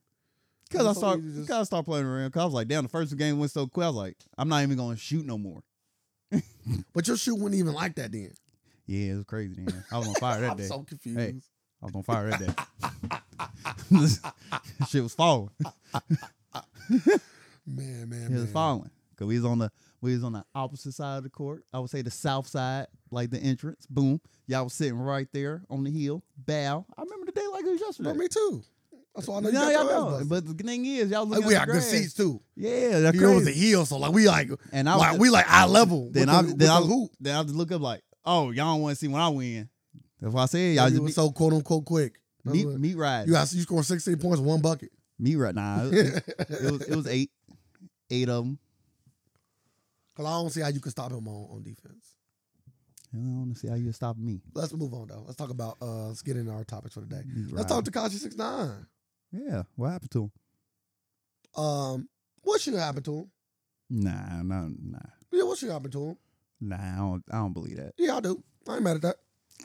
S1: Cause
S2: it
S1: I
S2: was so
S1: start,
S2: easy to just-
S1: cause I start playing around. Cause I was like, damn, the first game went so quick. I was like, I'm not even gonna shoot no more.
S2: But your shoot wasn't even like that then.
S1: Yeah, it was crazy. Then I was on fire that
S2: [LAUGHS] I'm
S1: day.
S2: so confused.
S1: Hey. I was on fire that
S2: [LAUGHS]
S1: day. Shit was falling.
S2: Man, man,
S1: It
S2: man.
S1: was falling because we was on the we was on the opposite side of the court. I would say the south side, like the entrance. Boom, y'all was sitting right there on the hill. Bow. I remember the day like it was yesterday.
S2: But me too. That's why I know you
S1: Yeah,
S2: got
S1: y'all
S2: your ass
S1: know.
S2: busted.
S1: But the thing is, y'all
S2: Like
S1: looking
S2: we
S1: at
S2: had
S1: the
S2: good
S1: grass.
S2: seats too.
S1: Yeah, that's
S2: You know, it was a
S1: crazy.
S2: heel, so like we like,
S1: And I was
S2: like
S1: just-
S2: we like eye level.
S1: then
S2: with
S1: I
S2: the, with
S1: then I
S2: the hoop.
S1: then I just look up like, oh, y'all want to see when I win? That's why I said y'all
S2: Y'all
S1: just
S2: was so quote unquote quick. That's
S1: meet
S2: what-
S1: meet, meet ride.
S2: you got you scored sixteen points, in one bucket.
S1: [LAUGHS]
S2: [LAUGHS]
S1: meet ride. Nah, it, it- it
S2: Cause
S1: was it was eight, eight of them.
S2: I don't see how you can stop him on, on defense.
S1: I don't see how you stop me.
S2: Let's move on though. Let's talk about uh let's get into our topics for today.
S1: Meet
S2: Let's
S1: Ride.
S2: talk Takashi six nine.
S1: Yeah, what happened to him?
S2: Um what should happen to him?
S1: Nah, nah, nah,
S2: Yeah, what should happen to him?
S1: nah. I don't, I don't believe that.
S2: Yeah, I do. I ain't mad at that.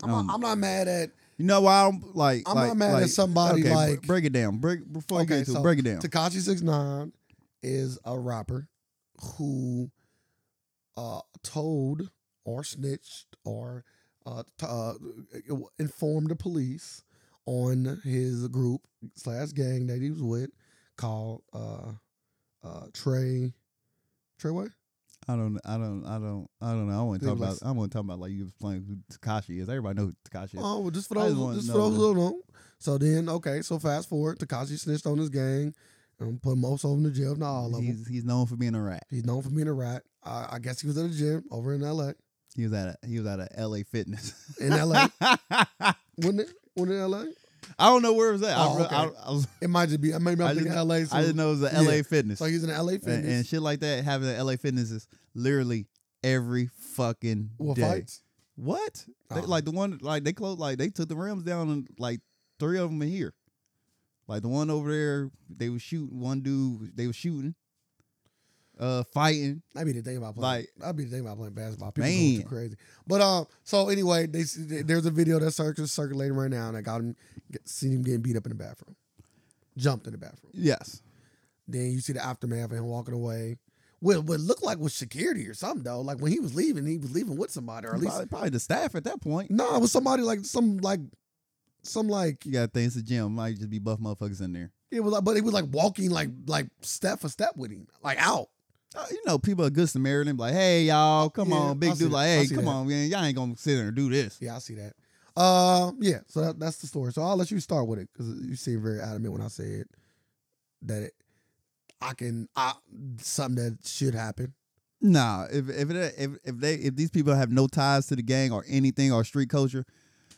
S2: I'm,
S1: Um,
S2: not, I'm not mad at
S1: You know why? I don't like.
S2: I'm
S1: like,
S2: not mad
S1: like,
S2: at somebody
S1: okay, br-
S2: like
S1: break it down. Break before
S2: Okay,
S1: you get to
S2: so
S1: it, break it down.
S2: Takashi Six Nine is a rapper who uh, told or snitched or uh, t- uh, informed the police on his group slash gang that he was with called uh, uh, Trey Treyway.
S1: I don't. I don't. I don't. I don't know. I want to
S2: They
S1: talk
S2: were like-
S1: about. I want to talk about like you explain who Takashi is. Everybody know who Takashi is.
S2: Oh, well, just for
S1: I just
S2: those,
S1: wanna
S2: just for
S1: know
S2: those
S1: the-
S2: who don't know. So then, okay, so fast forward, Takashi snitched on his gang and put most of them to jail, not all of them.
S1: he's he's known for being a rat.
S2: He's known for being a rat. I, I guess he was at a gym over in L.A.
S1: He was at a he was at a L.A. Fitness [LAUGHS]
S2: In LA?
S1: I
S2: Wasn't it? Wasn't it L.A.?
S1: don't know where it was at.
S2: Oh,
S1: I, re-
S2: okay.
S1: I, I, was,
S2: It might just be. I maybe I'm
S1: I
S2: thinking
S1: didn't-
S2: L.A. So,
S1: I didn't know it was a
S2: Yeah.
S1: L.A. Fitness.
S2: so he's in L.A.
S1: and,
S2: Fitness.
S1: and shit like that. Having an L.A. Fitness is literally every fucking
S2: well,
S1: day.
S2: fights.
S1: What? They,
S2: Oh.
S1: like the one like they closed like they took the rims down and like three of them are here. Like the one over there, they was shooting one dude. They was shooting, uh, fighting.
S2: That'd be the thing about playing.
S1: Like-
S2: that'd be the thing about playing basketball. People going too
S1: Man.
S2: crazy. But um, so anyway, they, there's a video that's circ- circulating right now, and I got him get, seen him getting beat up in the bathroom, jumped in the bathroom.
S1: Yes,
S2: Then you see the aftermath of him walking away. What what looked like was security or something though. Like when he was leaving, he was leaving with somebody, or at least
S1: probably, probably the staff at that point.
S2: no, it was somebody like some like some like
S1: You got things to gym might just be buff motherfuckers in there.
S2: It was like, but it was like walking like like step for step with him, like out.
S1: Uh, you know, people are good Samaritan. Like, hey y'all, come
S2: Yeah,
S1: on,
S2: I
S1: big
S2: see
S1: dude.
S2: that.
S1: Like,
S2: I
S1: hey,
S2: see
S1: come
S2: that.
S1: on, man, y'all ain't gonna sit there and do this.
S2: Yeah, I see that. Uh, yeah. So that, that's the story. So I'll let you start with it because you seem very adamant when I said that it, I can I something that should happen.
S1: Nah, if if it, if if they if these people have no ties to the gang or anything or street culture,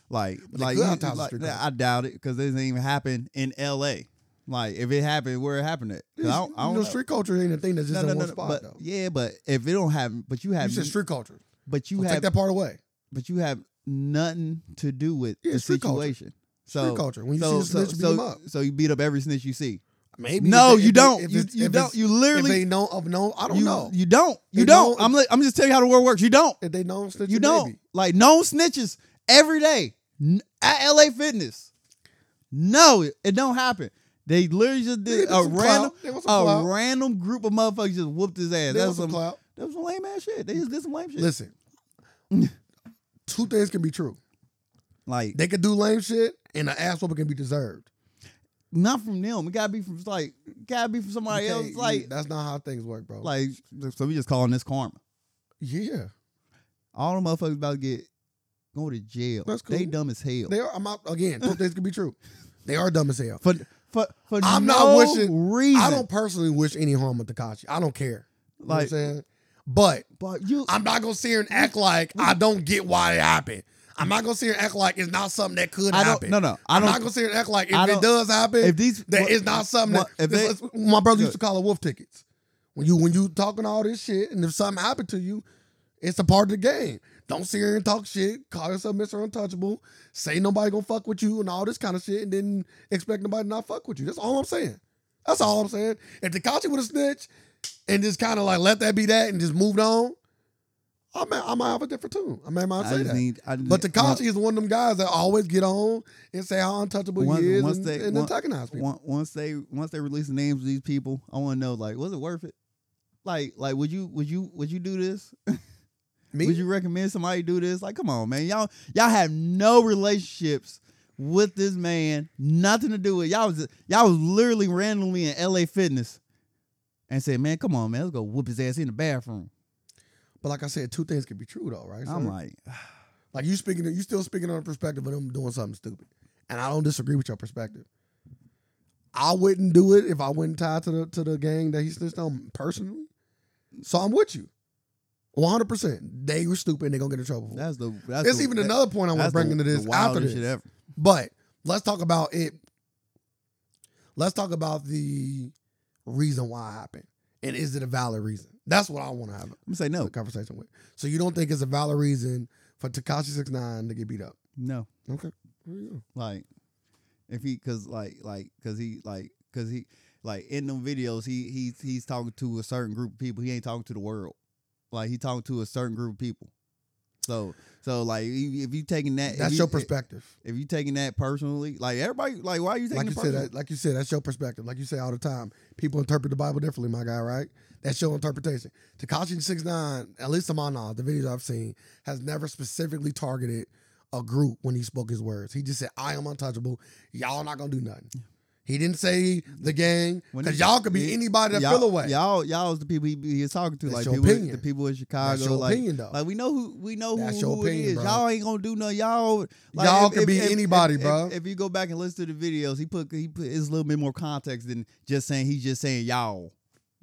S1: like
S2: But they
S1: like,
S2: could
S1: you-
S2: have ties to
S1: like,
S2: street
S1: nah,
S2: culture.
S1: I doubt it because it doesn't even happen in L.A. Like if it happened, where it happened at? 'Cause I don't, I
S2: you
S1: don't
S2: know,
S1: know.
S2: street culture ain't a thing that's just
S1: no,
S2: in
S1: no,
S2: one
S1: no, no,
S2: spot
S1: but
S2: though.
S1: yeah, but if it don't happen, but you
S2: You
S1: have,
S2: said street culture.
S1: but you
S2: So take
S1: have,
S2: that part away.
S1: but you have nothing to do with
S2: Yeah,
S1: the
S2: street culture.
S1: situation.
S2: Street
S1: So
S2: culture. When you
S1: so
S2: see a
S1: so
S2: snitch, beat him
S1: so,
S2: up.
S1: so you beat up every snitch you see.
S2: Maybe
S1: No,
S2: if they-
S1: you
S2: if they-
S1: don't.
S2: if
S1: You
S2: it's-
S1: you
S2: if
S1: don't.
S2: it's-
S1: You
S2: If
S1: literally
S2: they know of no, I don't
S1: you,
S2: know.
S1: You don't. You
S2: They
S1: don't.
S2: know-
S1: I'm li- I'm just telling you how the world works. You don't.
S2: If they know snitch,
S1: You don't. Like known snitches every day n- at LA Fitness. No, it, it don't happen. They literally just
S2: They
S1: did
S2: want
S1: a
S2: some
S1: random
S2: clout. They want some
S1: a
S2: clout.
S1: random group of motherfuckers just whooped his ass.
S2: They want
S1: That's
S2: some
S1: some
S2: clout.
S1: that was some lame ass shit. They just did some lame shit.
S2: Listen, two things can be true.
S1: like
S2: They could do lame shit, and an ass whooping can be deserved.
S1: not from them. It gotta be from like gotta be from somebody
S2: You
S1: else.
S2: can't- you-
S1: Like
S2: that's not how things work, bro.
S1: like so we just calling this karma.
S2: yeah,
S1: All the motherfuckers about to get go to jail.
S2: That's
S1: They
S2: cool.
S1: dumb as hell.
S2: they are. I'm out again. Two things can be true. They are dumb as hell.
S1: for for for
S2: I'm
S1: no
S2: not wishing-
S1: reason.
S2: I don't personally wish any harm on Takashi. I don't care. You know what I'm
S1: like,
S2: saying? But
S1: but you
S2: I'm not gonna sit here and act like I don't get why it happened. I'm not gonna sit here and act like it's not something that could
S1: I don't.
S2: happen.
S1: No, no, I
S2: I'm not
S1: don't.
S2: gonna sit here and act like
S1: I
S2: if it
S1: don't-
S2: does happen,
S1: If these,
S2: That is
S1: what-
S2: not something
S1: what-
S2: that
S1: if they-
S2: this- my brother used to call it wolf tickets. When you when you talking all this shit and if something happened to you, it's a part of the game. Don't sit here and talk shit, call yourself Mr. Untouchable, say nobody gonna fuck with you and all this kind of shit, and then expect nobody to not fuck with you. That's all I'm saying. That's all I'm saying. If Takashi would have snitched and just kind of like let that be that and just moved on, I might I might have a different tune. I might not
S1: I
S2: say
S1: just
S2: that.
S1: need. I
S2: but
S1: need-
S2: Takashi is one of them guys that always get on and say how untouchable
S1: Once-
S2: he is
S1: once
S2: and,
S1: they-
S2: and
S1: once-
S2: antagonize people.
S1: on- once they once they release the names of these people, I want to know like, was it worth it? Like, like would you would you would you do this?
S2: Me?
S1: Would you recommend somebody do this? Like, come on, man. Y'all y'all have no relationships with this man. Nothing to do with y'all was y'all was literally randomly in LA Fitness and said, Man, come on, man, let's go whoop his ass in the bathroom.
S2: But like I said, two things could be true though, right?
S1: I'm
S2: So,
S1: like,
S2: like you speaking, you still speaking on the perspective of them doing something stupid, and I don't disagree with your perspective. I wouldn't do it if I wasn't tied to the to the gang that he snitched on personally. So I'm with you, 100. percent They were stupid. and They gonna get in trouble. For it.
S1: that's the that's
S2: It's
S1: the-
S2: even
S1: that-
S2: another point I want to
S1: that's
S2: bring
S1: the-
S2: into
S1: the
S2: this after
S1: wildest
S2: this.
S1: shit ever.
S2: But let's talk about it. Let's talk about the reason why it happened. And is it a valid reason? That's what I want to have
S1: I'm gonna say
S2: a
S1: no.
S2: conversation with. So you don't think it's a valid reason for Takashi Six Nine to get beat up?
S1: No.
S2: Okay. There you go.
S1: Like, if he, cause like, like, cause he, like, cause he, like, in them videos, he, he's, he's talking to a certain group of people. He ain't talking to the world. Like, he talking to a certain group of people. So, so like, if if you taking that, if
S2: That's
S1: you-
S2: your perspective.
S1: If you taking that personally, like everybody, like, why are you taking
S2: Like
S1: it
S2: you said,
S1: personally?
S2: that, like you said, that's your perspective. Like you say all the time, people interpret the Bible differently, my guy. Right? That's your interpretation. Takashi Six Nine, at least to my knowledge, the videos I've seen, has never specifically targeted a group when he spoke his words. He just said, "I am untouchable. Y'all not gonna do nothing." He didn't say the gang
S1: When
S2: because
S1: he-
S2: y'all could be
S1: he-
S2: anybody that
S1: y'all,
S2: feel away.
S1: y'all, y'all is the people he, he is talking to,
S2: That's
S1: like
S2: your
S1: people, the
S2: opinion.
S1: people in Chicago,
S2: That's your
S1: like,
S2: opinion, though.
S1: like we know who we know who,
S2: That's your
S1: who it
S2: opinion,
S1: is.
S2: bro.
S1: Y'all ain't gonna do nothing. Y'all, like,
S2: Y'all could be anybody,
S1: if-
S2: bro.
S1: If, you go back and listen to the videos, he put he put it's a little bit more context than just saying he's just saying y'all.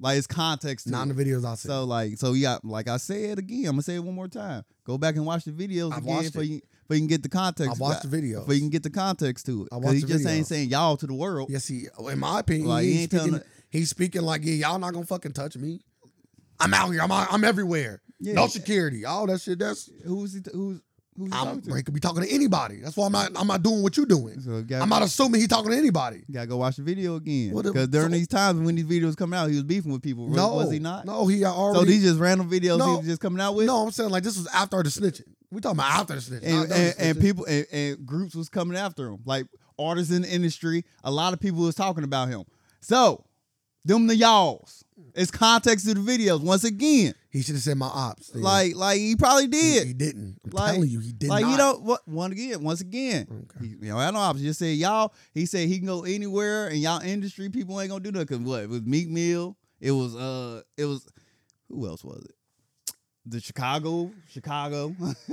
S1: Like it's context. To
S2: not
S1: it.
S2: in the videos I see.
S1: So like so yeah, like I said again, I'm gonna say it one more time. Go back and watch the videos
S2: I've
S1: again
S2: watched
S1: for
S2: it.
S1: you for you can get the
S2: I
S1: context.
S2: watched the video.
S1: for you can get the context to it.
S2: I
S1: 'Cause
S2: watched
S1: he
S2: the
S1: just ain't
S2: videos.
S1: saying y'all to the world.
S2: Yes, he. In my opinion,
S1: Like, he
S2: he's,
S1: ain't telling
S2: speaking, he's speaking like, yeah, y'all not gonna fucking touch me. I'm out here. I'm out, I'm everywhere.
S1: Yeah.
S2: No security. All that shit. That's
S1: Who's he t- who's who's he
S2: I'm.
S1: talking to?
S2: He could be talking to anybody. That's why I'm not. I'm not doing what you doing.
S1: So gotta,
S2: I'm not assuming he's talking to anybody.
S1: gotta go watch the video again.
S2: What the-
S1: Because during
S2: so-
S1: these times when these videos coming out, he was beefing with people.
S2: No,
S1: was he not?
S2: No, he already.
S1: so these just random videos he
S2: No.
S1: was just coming out with.
S2: no, I'm saying like this was after the snitching. We talking about after the snitching. not
S1: and
S2: during the
S1: and, and
S2: snitching.
S1: people and, and groups was coming after him. Like artists in the industry, a lot of people was talking about him. So them the y'alls. It's context to the videos once again.
S2: He should have said my ops. then.
S1: Like like he probably
S2: he,
S1: did.
S2: he didn't. I'm
S1: Like-
S2: telling you, he did
S1: like
S2: not.
S1: you know what? One again, once again.
S2: Okay.
S1: He, you know, I know option. Just say y'all. He said he can go anywhere, and y'all industry people ain't gonna do nothing. 'Cause what? It was Meek Mill. It was uh. It was who else was it? The Chicago, Chicago. [LAUGHS]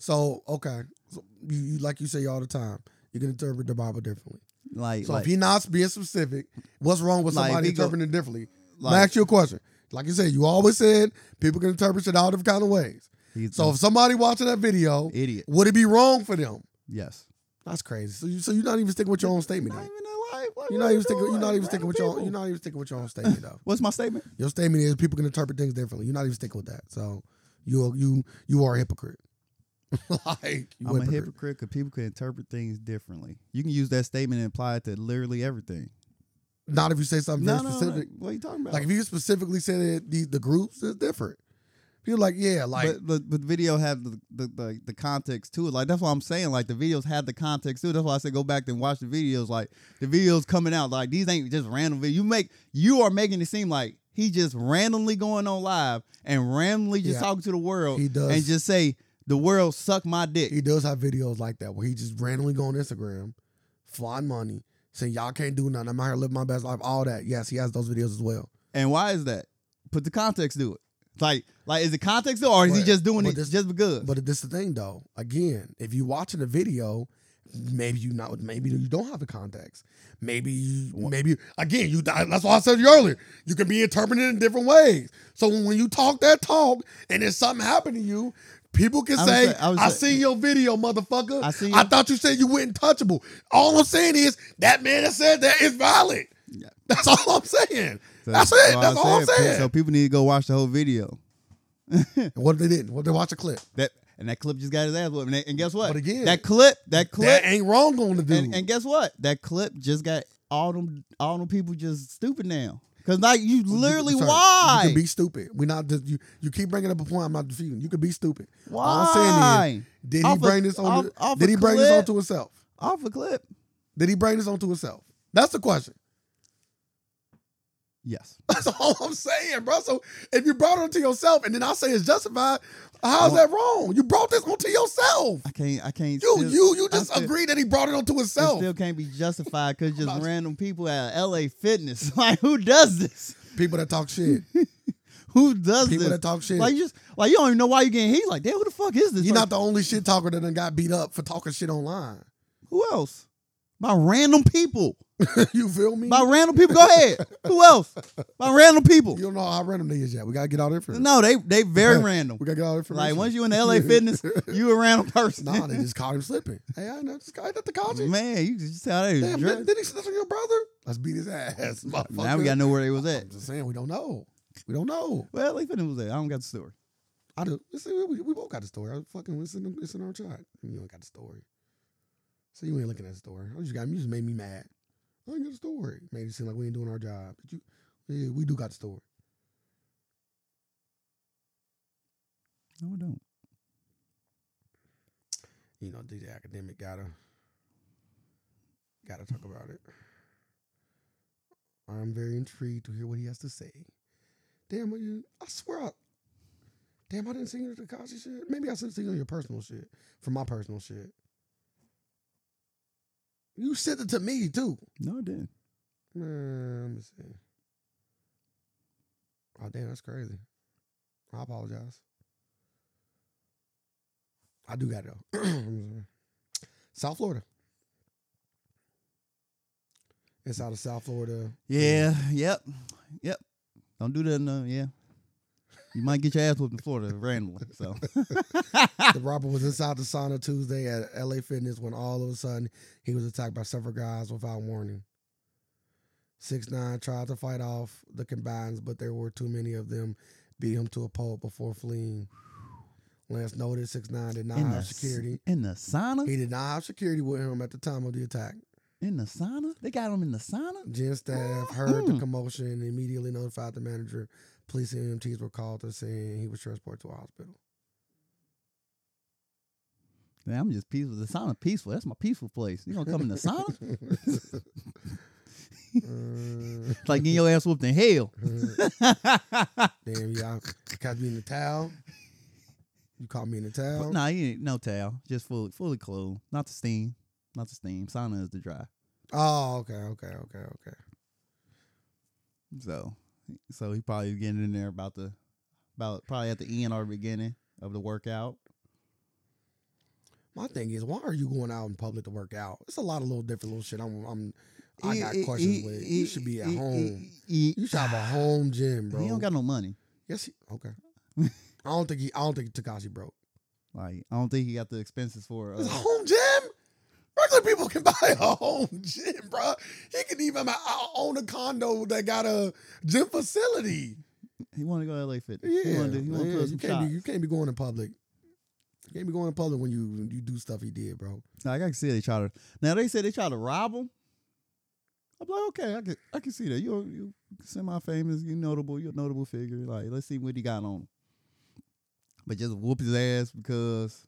S2: So okay, so you, you like you say all the time. You can interpret the Bible differently.
S1: like
S2: So
S1: like,
S2: if you're not being specific, what's wrong with
S1: Like, if
S2: somebody
S1: he go-
S2: interpreting it differently?
S1: like-
S2: I ask you a question. Like you said, you always said people can interpret it all different kind of ways.
S1: he's
S2: So if somebody watching that video,
S1: an idiot.
S2: would it be wrong for them?
S1: Yes.
S2: That's crazy. So you so you're not even sticking with your own statement.
S1: Not
S2: Though.
S1: even alive. Why- why
S2: You're not
S1: you
S2: even sticking.
S1: doing
S2: You're not even
S1: that?
S2: sticking
S1: Random
S2: with your. Own,
S1: people.
S2: you're not even sticking with your own statement though.
S1: What's my statement?
S2: Your statement is people can interpret things differently. You're not even sticking with that. So you are- you you are a hypocrite. [LAUGHS] like you
S1: I'm a hypocrite because people can interpret things differently. You can use that statement and apply it to literally everything.
S2: Not if you say something
S1: No,
S2: very
S1: no, no.
S2: specific.
S1: What are you talking about?
S2: Like if you specifically said it, the the groups is different. People like yeah, like
S1: but, but but video have the, the, the, the context to it. Like that's what I'm saying. Like the videos have the context to it. That's why I said go back and watch the videos. Like the videos coming out. Like these ain't just random videos. You make you are making it seem like he just randomly going on live and randomly just
S2: Yeah.
S1: talking to the world.
S2: He does.
S1: and just say the world suck my dick.
S2: he does have videos like that where he just randomly go on Instagram, flying money, saying y'all can't do nothing. I'm out here living my best life. All that. Yes, he has those videos as well.
S1: and why is that? Put the context to it. Like like is it context to it or is he
S2: But-
S1: just doing
S2: but
S1: it
S2: this-
S1: just because?
S2: But this is the thing though. Again, if you watching the video, maybe you not. Maybe you don't have the context. Maybe you. Maybe again, you. That's why I said to you earlier. You can be interpreted in different ways. So when you talk that talk, and then something happened to you. People can
S1: I would
S2: say,
S1: say- I would
S2: I
S1: say-
S2: seen your video, motherfucker.
S1: I seen
S2: I
S1: your-
S2: thought you said you went untouchable. All I'm saying is that man that said that is valid.
S1: Yeah.
S2: That's all I'm saying.
S1: So
S2: that's it.
S1: what
S2: That's all I'm saying.
S1: So people need to go watch the whole video.
S2: And what if they didn't? What if they watch a clip?
S1: That and that clip just got his ass whipped. And, that- and guess what?
S2: But again-
S1: that clip, that clip,
S2: That ain't wrong on the dude.
S1: and, and guess what? That clip just got all them all them people just stupid now. Cause like you literally
S2: Sorry,
S1: why?
S2: You can be stupid. We not just you. You keep bringing up a point. I'm not defeating. You can be stupid.
S1: why?
S2: All I'm saying is, did he
S1: Off a-
S2: bring this on?
S1: off-
S2: to-
S1: off
S2: did
S1: a
S2: he bring this
S1: clip?
S2: onto himself?
S1: off a clip.
S2: Did he bring this onto himself? That's the question.
S1: Yes.
S2: [LAUGHS] That's all I'm saying, bro. So if you brought it onto yourself and then I say it's justified, how's that wrong? You brought this onto yourself.
S1: I can't. I can't.
S2: You
S1: still-
S2: you you
S1: I
S2: just
S1: still-
S2: agreed that he brought it onto
S1: It
S2: himself.
S1: still can't be justified
S2: [LAUGHS]
S1: because just
S2: not-
S1: random people at LA Fitness. [LAUGHS] Like who does this?
S2: People that
S1: [LAUGHS]
S2: talk shit.
S1: Who does
S2: People
S1: this?
S2: that talk shit.
S1: Like you just like you don't even know why you getting heat. Like damn, who the fuck is this?
S2: You're
S1: Like,
S2: not the only shit talker that done got beat up for talking shit online. [LAUGHS]
S1: who else? By random people.
S2: you feel me?
S1: By random people. Go
S2: [LAUGHS]
S1: ahead. Who else? By random people.
S2: you don't know how random they is yet. We gotta get all their information.
S1: No, they they very random.
S2: We gotta get all their information.
S1: Like once you in the LA Fitness, you a random person.
S2: [LAUGHS] nah, they just caught him slipping. Hey, I know this guy at the college.
S1: Man, you just how they was
S2: Damn, did,
S1: drunk.
S2: did he snitch on your brother? Let's beat his ass.
S1: Now
S2: motherfucker.
S1: we gotta know where they was at.
S2: I'm just saying, we don't know. We don't know.
S1: Well, LA Fitness was there. I don't got the story.
S2: I do. It's, we, we both got the story. I fucking it's in, it's in our chat. You ain't got the story. So you ain't looking at the story. I just got you just made me mad. I ain't got the story. Made it seem like we ain't doing our job. But you, yeah, we do got the story.
S1: No, I don't.
S2: You know, DJ academic gotta gotta talk about it. I'm very intrigued to hear what he has to say. Damn, are you, I swear, I, damn, I didn't see you at the Kashi shit. Maybe I sent you on your personal shit from my personal shit. You sent it to me too.
S1: No, I didn't.
S2: Uh, let me see. Oh damn, that's crazy. I apologize. I do got it though. [CLEARS THROAT] I'm sorry. South Florida. It's out of South Florida.
S1: Yeah, yep, yep. Don't do that. No, yeah. You might get your ass whooped in Florida randomly.
S2: [LAUGHS]
S1: So
S2: the robber was inside the sauna Tuesday at LA Fitness when all of a sudden he was attacked by several guys without warning. Six nine tried to fight off the combines, but there were too many of them, beat him to a pulp before fleeing. Lance noted six nine did not
S1: in the
S2: have
S1: s-
S2: security.
S1: in the sauna,
S2: He did not have security with him at the time of the attack.
S1: in the sauna, they got him in the sauna.
S2: Gen staff heard the
S1: Mm.
S2: commotion and immediately notified the manager. Police and EMTs were called to saying he was transported to a hospital.
S1: Man, I'm just peaceful. The sauna peaceful. That's my peaceful place. You gonna come in the
S2: [LAUGHS]
S1: sauna?
S2: Uh,
S1: It's like getting your ass whooped in hell.
S2: Damn, y'all caught me in the towel. You caught me in the
S1: But
S2: towel.
S1: nah, you ain't no towel. Just fully fully clothed. Not the steam. Not the steam. Sauna is the dry.
S2: Oh, okay, okay, okay, okay.
S1: So, so he probably getting in there about the, about probably at the end or beginning of the workout.
S2: My thing is, why are you going out in public to work out? It's a lot of little different little shit. I'm, I'm I got questions with. You should be at home. You should have a home gym, bro.
S1: He don't got no money.
S2: yes, he,
S1: [LAUGHS]
S2: okay. I don't think he. I don't think Takashi broke.
S1: Like I don't think he got the expenses for.
S2: It's
S1: Uh,
S2: a [LAUGHS] home gym. Regular people can [LAUGHS] buy a home gym, bro. He can even ha- own a condo that got a gym facility.
S1: he want to go to LA Fitness.
S2: Yeah,
S1: he want to. He want to
S2: yeah,
S1: put
S2: you
S1: some
S2: can't
S1: shots.
S2: be you can't be going in public. You can't be going in public when you when you do stuff he did, bro.
S1: Like I can see they try to. Now they said they try to rob him. I'm like, okay, I can I can see that. You you semi famous, you notable, you're a notable figure. Like let's see what he got on him. But just whoop his ass because.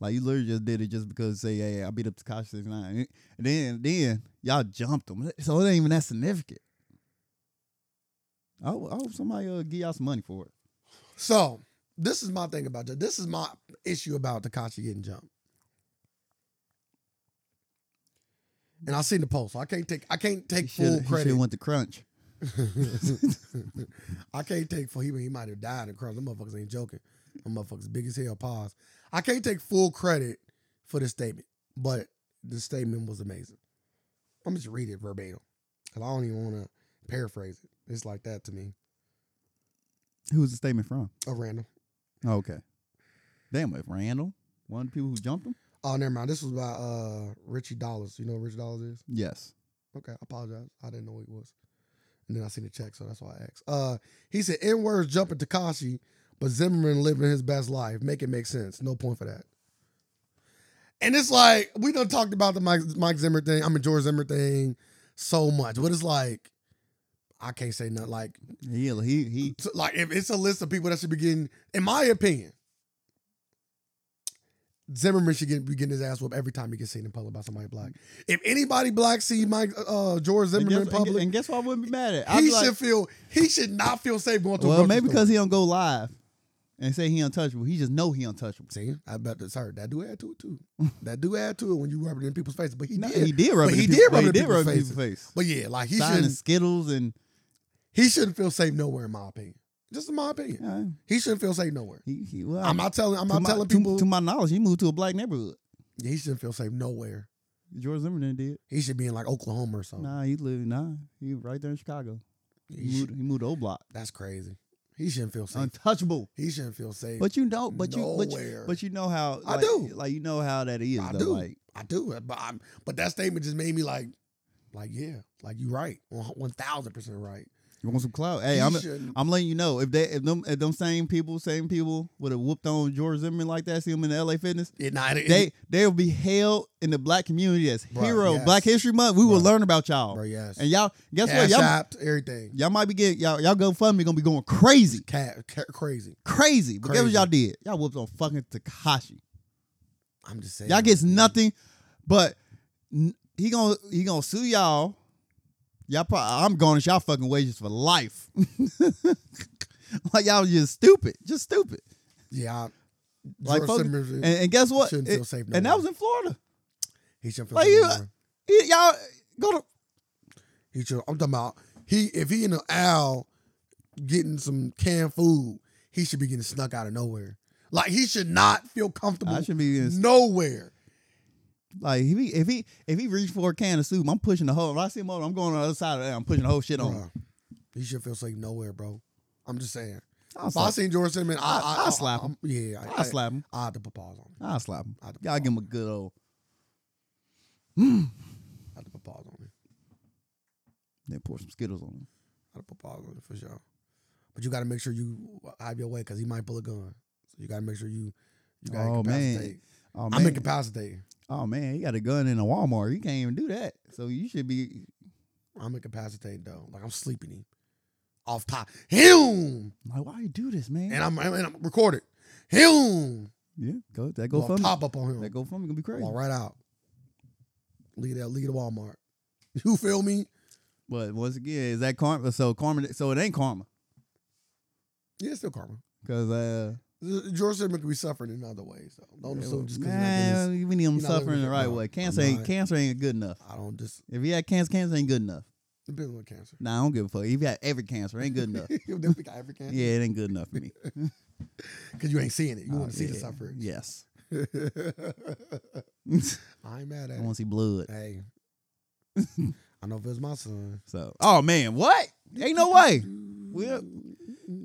S1: Like you literally just did it just because say, hey, I beat up Takashi six nine, and then then y'all jumped him, so it ain't even that significant. I hope, I hope somebody uh, give y'all some money for it.
S2: So this is my thing about that. This is my issue about Takashi getting jumped. And I seen the post. so I can't take I can't
S1: He
S2: take full
S1: should
S2: credit.
S1: have went to crunch.
S2: [LAUGHS] I can't take full. He, he might have died in crunch. Them motherfuckers ain't joking. Them motherfuckers big as hell. Pause. I can't take full credit for this statement, but the statement was amazing. I'm just read it verbatim because I don't even want to paraphrase it. It's like that to me.
S1: Who was the statement from?
S2: Oh, random.
S1: Oh, okay. Damn, if Randall, one of the people who jumped him?
S2: Oh, never mind. This was by uh Richie Dollars. You know who Richie Dollars is?
S1: Yes.
S2: Okay, I apologize. I didn't know who he was. And then I seen the check, so that's why I asked. Uh, he said, N words jumping Takashi, but Zimmerman living his best life. Make it make sense. No point for that. And it's like, we done talked about the Mike, Mike Zimmer thing, I mean, George Zimmer thing so much. But it's like, I can't say nothing. Like,
S1: He, he, he,
S2: so, like if it's a list of people that should be getting, in my opinion, Zimmerman should get, be getting his ass whooped every time he gets seen in public by somebody black. If anybody black see Mike uh, George
S1: And
S2: Zimmerman
S1: guess,
S2: in
S1: and guess-
S2: public,
S1: and guess what? I wouldn't be mad at. I'd
S2: he
S1: be like,
S2: should feel he should not feel safe going to a
S1: well,
S2: grocery
S1: maybe
S2: store.
S1: because he don't go live and say he untouchable. He just know he untouchable.
S2: See, I bet that's hard. That do add to
S1: [LAUGHS]
S2: it too. That do add to it when you rub it in people's faces. But he
S1: Nah,
S2: did.
S1: He did rub
S2: But
S1: it in
S2: he
S1: people-
S2: did
S1: but
S2: rub it in
S1: he did
S2: people's
S1: rub it in
S2: faces.
S1: people's face.
S2: But yeah, like he
S1: Signing
S2: shouldn't.
S1: Skittles and
S2: He shouldn't feel safe nowhere, in my opinion. Just in my opinion,
S1: yeah,
S2: he shouldn't feel safe nowhere.
S1: he, he, well,
S2: I'm not telling. I'm
S1: to
S2: not
S1: my-
S2: telling
S1: to-
S2: people.
S1: To, my knowledge, he moved to a black neighborhood.
S2: Yeah, he shouldn't feel safe nowhere.
S1: George Zimmerman did.
S2: He should be in like Oklahoma or something.
S1: Nah, he lived. Nah, he right there in Chicago.
S2: He
S1: He, moved,
S2: should-
S1: he moved to O Block.
S2: that's crazy. He shouldn't feel safe.
S1: Untouchable.
S2: He shouldn't feel safe.
S1: But you know, but you, but you,
S2: Nowhere.
S1: but you know how
S2: I
S1: like,
S2: do.
S1: Like you know how that is.
S2: I
S1: though,
S2: do.
S1: Like
S2: I do, uh, but I'm, but that statement just made me like, like yeah, like you right, one thousand percent right.
S1: you want some clout? Hey,
S2: He
S1: I'm
S2: shouldn't-
S1: I'm letting you know if they if them if them same people same people would have whooped on George Zimmerman like that, see him in the LA Fitness,
S2: Yeah, nah, it-
S1: they they will be hailed in the black community as
S2: Bruh,
S1: hero.
S2: yes.
S1: Black History Month, we will
S2: Bruh.
S1: learn about y'all.
S2: bro, yes,
S1: And y'all, guess
S2: Cash
S1: what? Y'all
S2: app, everything,
S1: y'all might be getting y'all y'all GoFundMe gonna be going crazy,
S2: Ca- ca- crazy.
S1: crazy. But guess what
S2: Crazy.
S1: y'all did? Y'all whooped on fucking Takashi.
S2: I'm just saying,
S1: Y'all gets nothing, but n- he gonna he gonna sue y'all. Y'all probably I'm garnish y'all fucking wages for life. [LAUGHS] like y'all just stupid, just stupid.
S2: Yeah, I,
S1: Like,
S2: George
S1: fuck-
S2: Zimmerman
S1: And, and guess what?
S2: shouldn't feel
S1: It-
S2: safe.
S1: and that
S2: nowhere.
S1: was in Florida.
S2: he shouldn't feel
S1: Like,
S2: safe.
S1: you-
S2: nowhere.
S1: He- y'all go to
S2: He should. I'm talking about he. If he in an aisle getting some canned food, he should be getting snuck out of nowhere. Like he should not feel comfortable.
S1: I should be in,
S2: nowhere.
S1: like if he if he if he reached for a can of soup, I'm pushing the whole. If I see him over, I'm going on the other side of that. I'm pushing the whole shit on. him.
S2: Bruh, he should feel safe nowhere, bro. I'm just saying.
S1: I'll
S2: If I
S1: slap,
S2: seen George Zimmerman, I,
S1: I-
S2: I,
S1: I'll slap
S2: I'm- Yeah,
S1: I'll slap him.
S2: I had to put pause on him.
S1: I'll slap him.
S2: I had to put
S1: Y'all
S2: pause-
S1: give him a good old.
S2: I had to put pause on him.
S1: Then pour some Skittles on him.
S2: I had to put pause on him for sure. But you got to make sure you have your way because he might pull a gun. So you got to make sure you. you gotta
S1: Oh, man.
S2: incapacitate.
S1: Oh
S2: I'm incapacitated.
S1: Oh man, he got a gun in a Walmart. You can't even do that. So you should be
S2: I'm incapacitated though. Like I'm sleeping him off top. Him
S1: like, why you do this, man?
S2: and I'm and I'm recorded. Him
S1: yeah, go that
S2: go
S1: go fund
S2: pop up on him.
S1: that go fund gonna be crazy.
S2: Walk right out. Lead that lead to Walmart. [LAUGHS] You feel me?
S1: But once again, is that karma? So karma. So it ain't karma
S2: Yeah, it's still karma.
S1: because uh,
S2: George Zimmerman could be suffering in other ways. though. Don't assume Oh, just because
S1: man, we need him
S2: you're not living
S1: suffering the
S2: it.
S1: right
S2: No,
S1: way.
S2: I'm
S1: Cancer ain't
S2: not.
S1: cancer ain't good enough.
S2: I don't just
S1: If he had cancer, cancer ain't good enough.
S2: depends on
S1: [LAUGHS]
S2: cancer.
S1: Nah, I don't give a fuck. If he had every cancer, it ain't good
S2: [LAUGHS]
S1: enough.
S2: you definitely got every cancer
S1: yeah, it ain't good enough for me.
S2: because you ain't seeing it. [LAUGHS] You
S1: Oh,
S2: want to see the
S1: yeah.
S2: suffering. [LAUGHS]
S1: Yes, [LAUGHS]
S2: I ain't mad
S1: I
S2: at
S1: want
S2: it.
S1: to see blood.
S2: [LAUGHS] Hey, I know if it's my son.
S1: So, oh man, what? Ain't [LAUGHS] no
S2: [LAUGHS]
S1: way.
S2: We
S1: Well,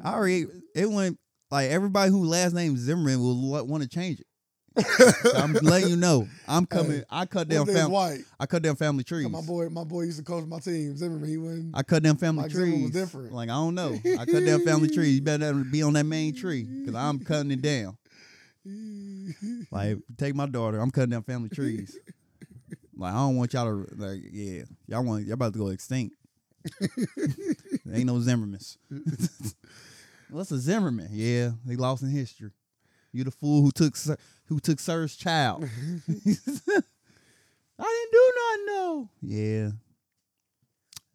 S1: I already it went like everybody who last name Zimmerman will want to change it. So I'm letting you know. I'm coming.
S2: [LAUGHS] Hey,
S1: I cut down family.
S2: white.
S1: I cut down family trees.
S2: My boy, my boy used to coach my team. Zimmerman, he went.
S1: I cut down family
S2: Mike Zimmerman
S1: trees.
S2: was different.
S1: Like I don't know. I cut down
S2: [LAUGHS]
S1: family trees. You better be on that main tree because I'm cutting it down. Like
S2: Mm-hmm.
S1: take my daughter. I'm cutting down family
S2: [LAUGHS]
S1: trees. Like I don't want y'all to like yeah. Y'all want y'all about to go extinct.
S2: [LAUGHS]
S1: Ain't no Zimmermans. What's a Zimmerman? Yeah, they lost in history. You the fool who took Sir, who took Sir's
S2: [LAUGHS]
S1: child. I didn't do nothing though. Yeah.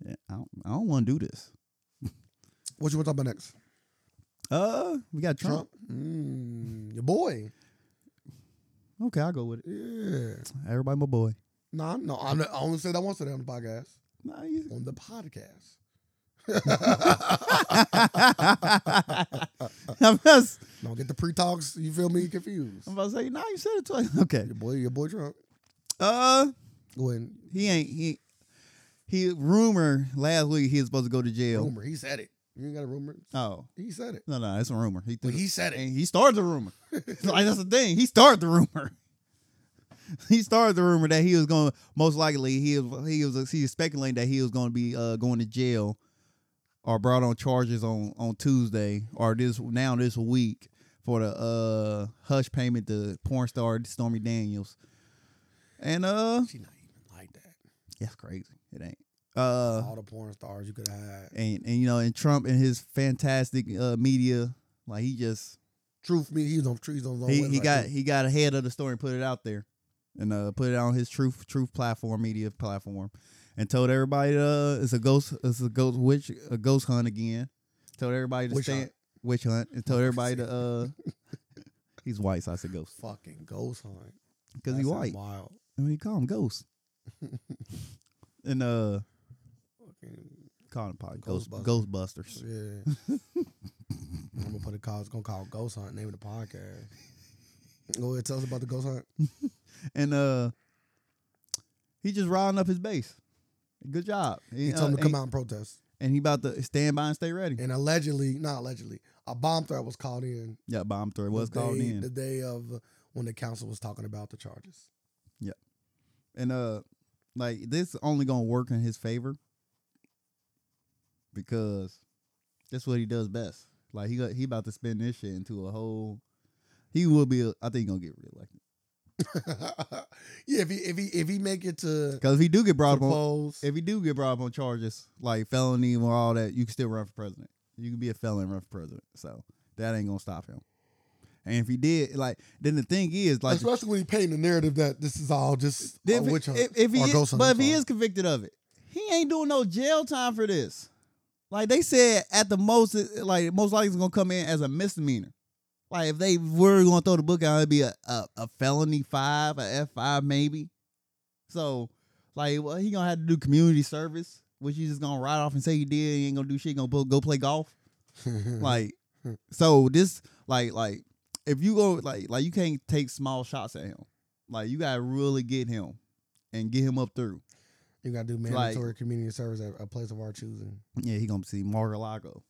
S1: Yeah, I don't, I don't want to do this.
S2: what you want to talk about next?
S1: Uh, we got Trump.
S2: Trump. Mm, your boy.
S1: Okay, I'll go with it.
S2: Yeah.
S1: Everybody, my boy.
S2: No, I'm- no. I'm not- I only said that once today on the podcast.
S1: Nah, you-
S2: On the podcast.
S1: [LAUGHS] I'm, just,
S2: Don't get the pre talks. You feel me? Confused.
S1: I'm about to say, nah, you said it twice. [LAUGHS] Okay.
S2: Your boy, your boy Trump.
S1: Uh,
S2: Go ahead.
S1: he ain't he. He rumor last week he was supposed to go to jail.
S2: Rumor. He said it. You ain't got a rumor.
S1: Oh
S2: He said it.
S1: no, no, it's a rumor. He
S2: But
S1: threw-
S2: he said it.
S1: and he started the rumor. [LAUGHS] like that's the thing. He started the rumor. [LAUGHS] He started the rumor that he was going. to Most likely, he was he was he was speculating that he was going to be uh, going to jail or brought on charges on on Tuesday or this now this week for the uh, hush payment to porn star Stormy Daniels. And uh,
S2: She not even like that.
S1: that's crazy. It ain't. Uh,
S2: All the porn stars you could have.
S1: and and you know, and Trump and his fantastic uh, media, like he just
S2: Truth me, he's on trees on long
S1: He,
S2: ways
S1: he
S2: like
S1: got
S2: that.
S1: he got ahead of the story and put it out there, and uh, put it on his truth truth platform media platform, and told everybody uh, it's a ghost it's a ghost witch a ghost hunt again. Told everybody to
S2: Witch
S1: stand
S2: hunt.
S1: witch hunt and told everybody to uh,
S2: [LAUGHS]
S1: he's white, so I said ghost
S2: fucking ghost hunt
S1: because
S2: That
S1: he's
S2: sound
S1: white.
S2: Wild.
S1: I mean, you call him
S2: [LAUGHS]
S1: ghost, and uh,
S2: Fucking-
S1: call him probably ghost
S2: Ghostbusters.
S1: Ghostbusters.
S2: Yeah. I'm gonna put a call. It's gonna call Ghost Hunt name of the podcast. Go ahead, tell us about the Ghost Hunt.
S1: and uh, he just riled up his base. Good job.
S2: He
S1: uh,
S2: told him to
S1: and-
S2: come out and protest.
S1: and he about to stand by and stay ready.
S2: And allegedly, not allegedly, a bomb threat was called in.
S1: Yeah, bomb threat was
S2: the
S1: called
S2: day,
S1: in,
S2: the day of when the council was talking about the charges. [LAUGHS]
S1: and uh, like this only gonna work in his favor because that's what he does best. Like he got- he about to spin this shit into a whole. He will be. I think he gonna get reelected
S2: yeah, if he if he if he make it to
S1: because if he do get brought up on,
S2: propose,
S1: if he do get brought up on charges like felony or all that, you can still run for president. You can be a felon and run for president. So that ain't gonna stop him. And if he did, like, then the thing is, like, the
S2: especially when he painting the narrative that this is all just a
S1: If, he-
S2: witch hunt
S1: if, if he
S2: uh, or
S1: is-
S2: ghost hunt,
S1: but
S2: I'm
S1: if he
S2: sorry.
S1: is convicted of it, he ain't doing no jail time for this. Like they said, at the most, it- like most likely it's gonna come in as a misdemeanor. Like if they were gonna throw the book out, it'd be a, a, a felony five, a F five maybe. So, like, well, he gonna have to do community service, which he's just gonna write off and say he did. He ain't gonna do shit. he Gonna bo- go play golf.
S2: Mm-hmm. [LAUGHS]
S1: Like, so this like like if you go like like you can't take small shots at him. Like you gotta really get him and get him up through.
S2: you gotta do mandatory community service at a place of our choosing.
S1: Yeah, he gonna see Margaret Lago.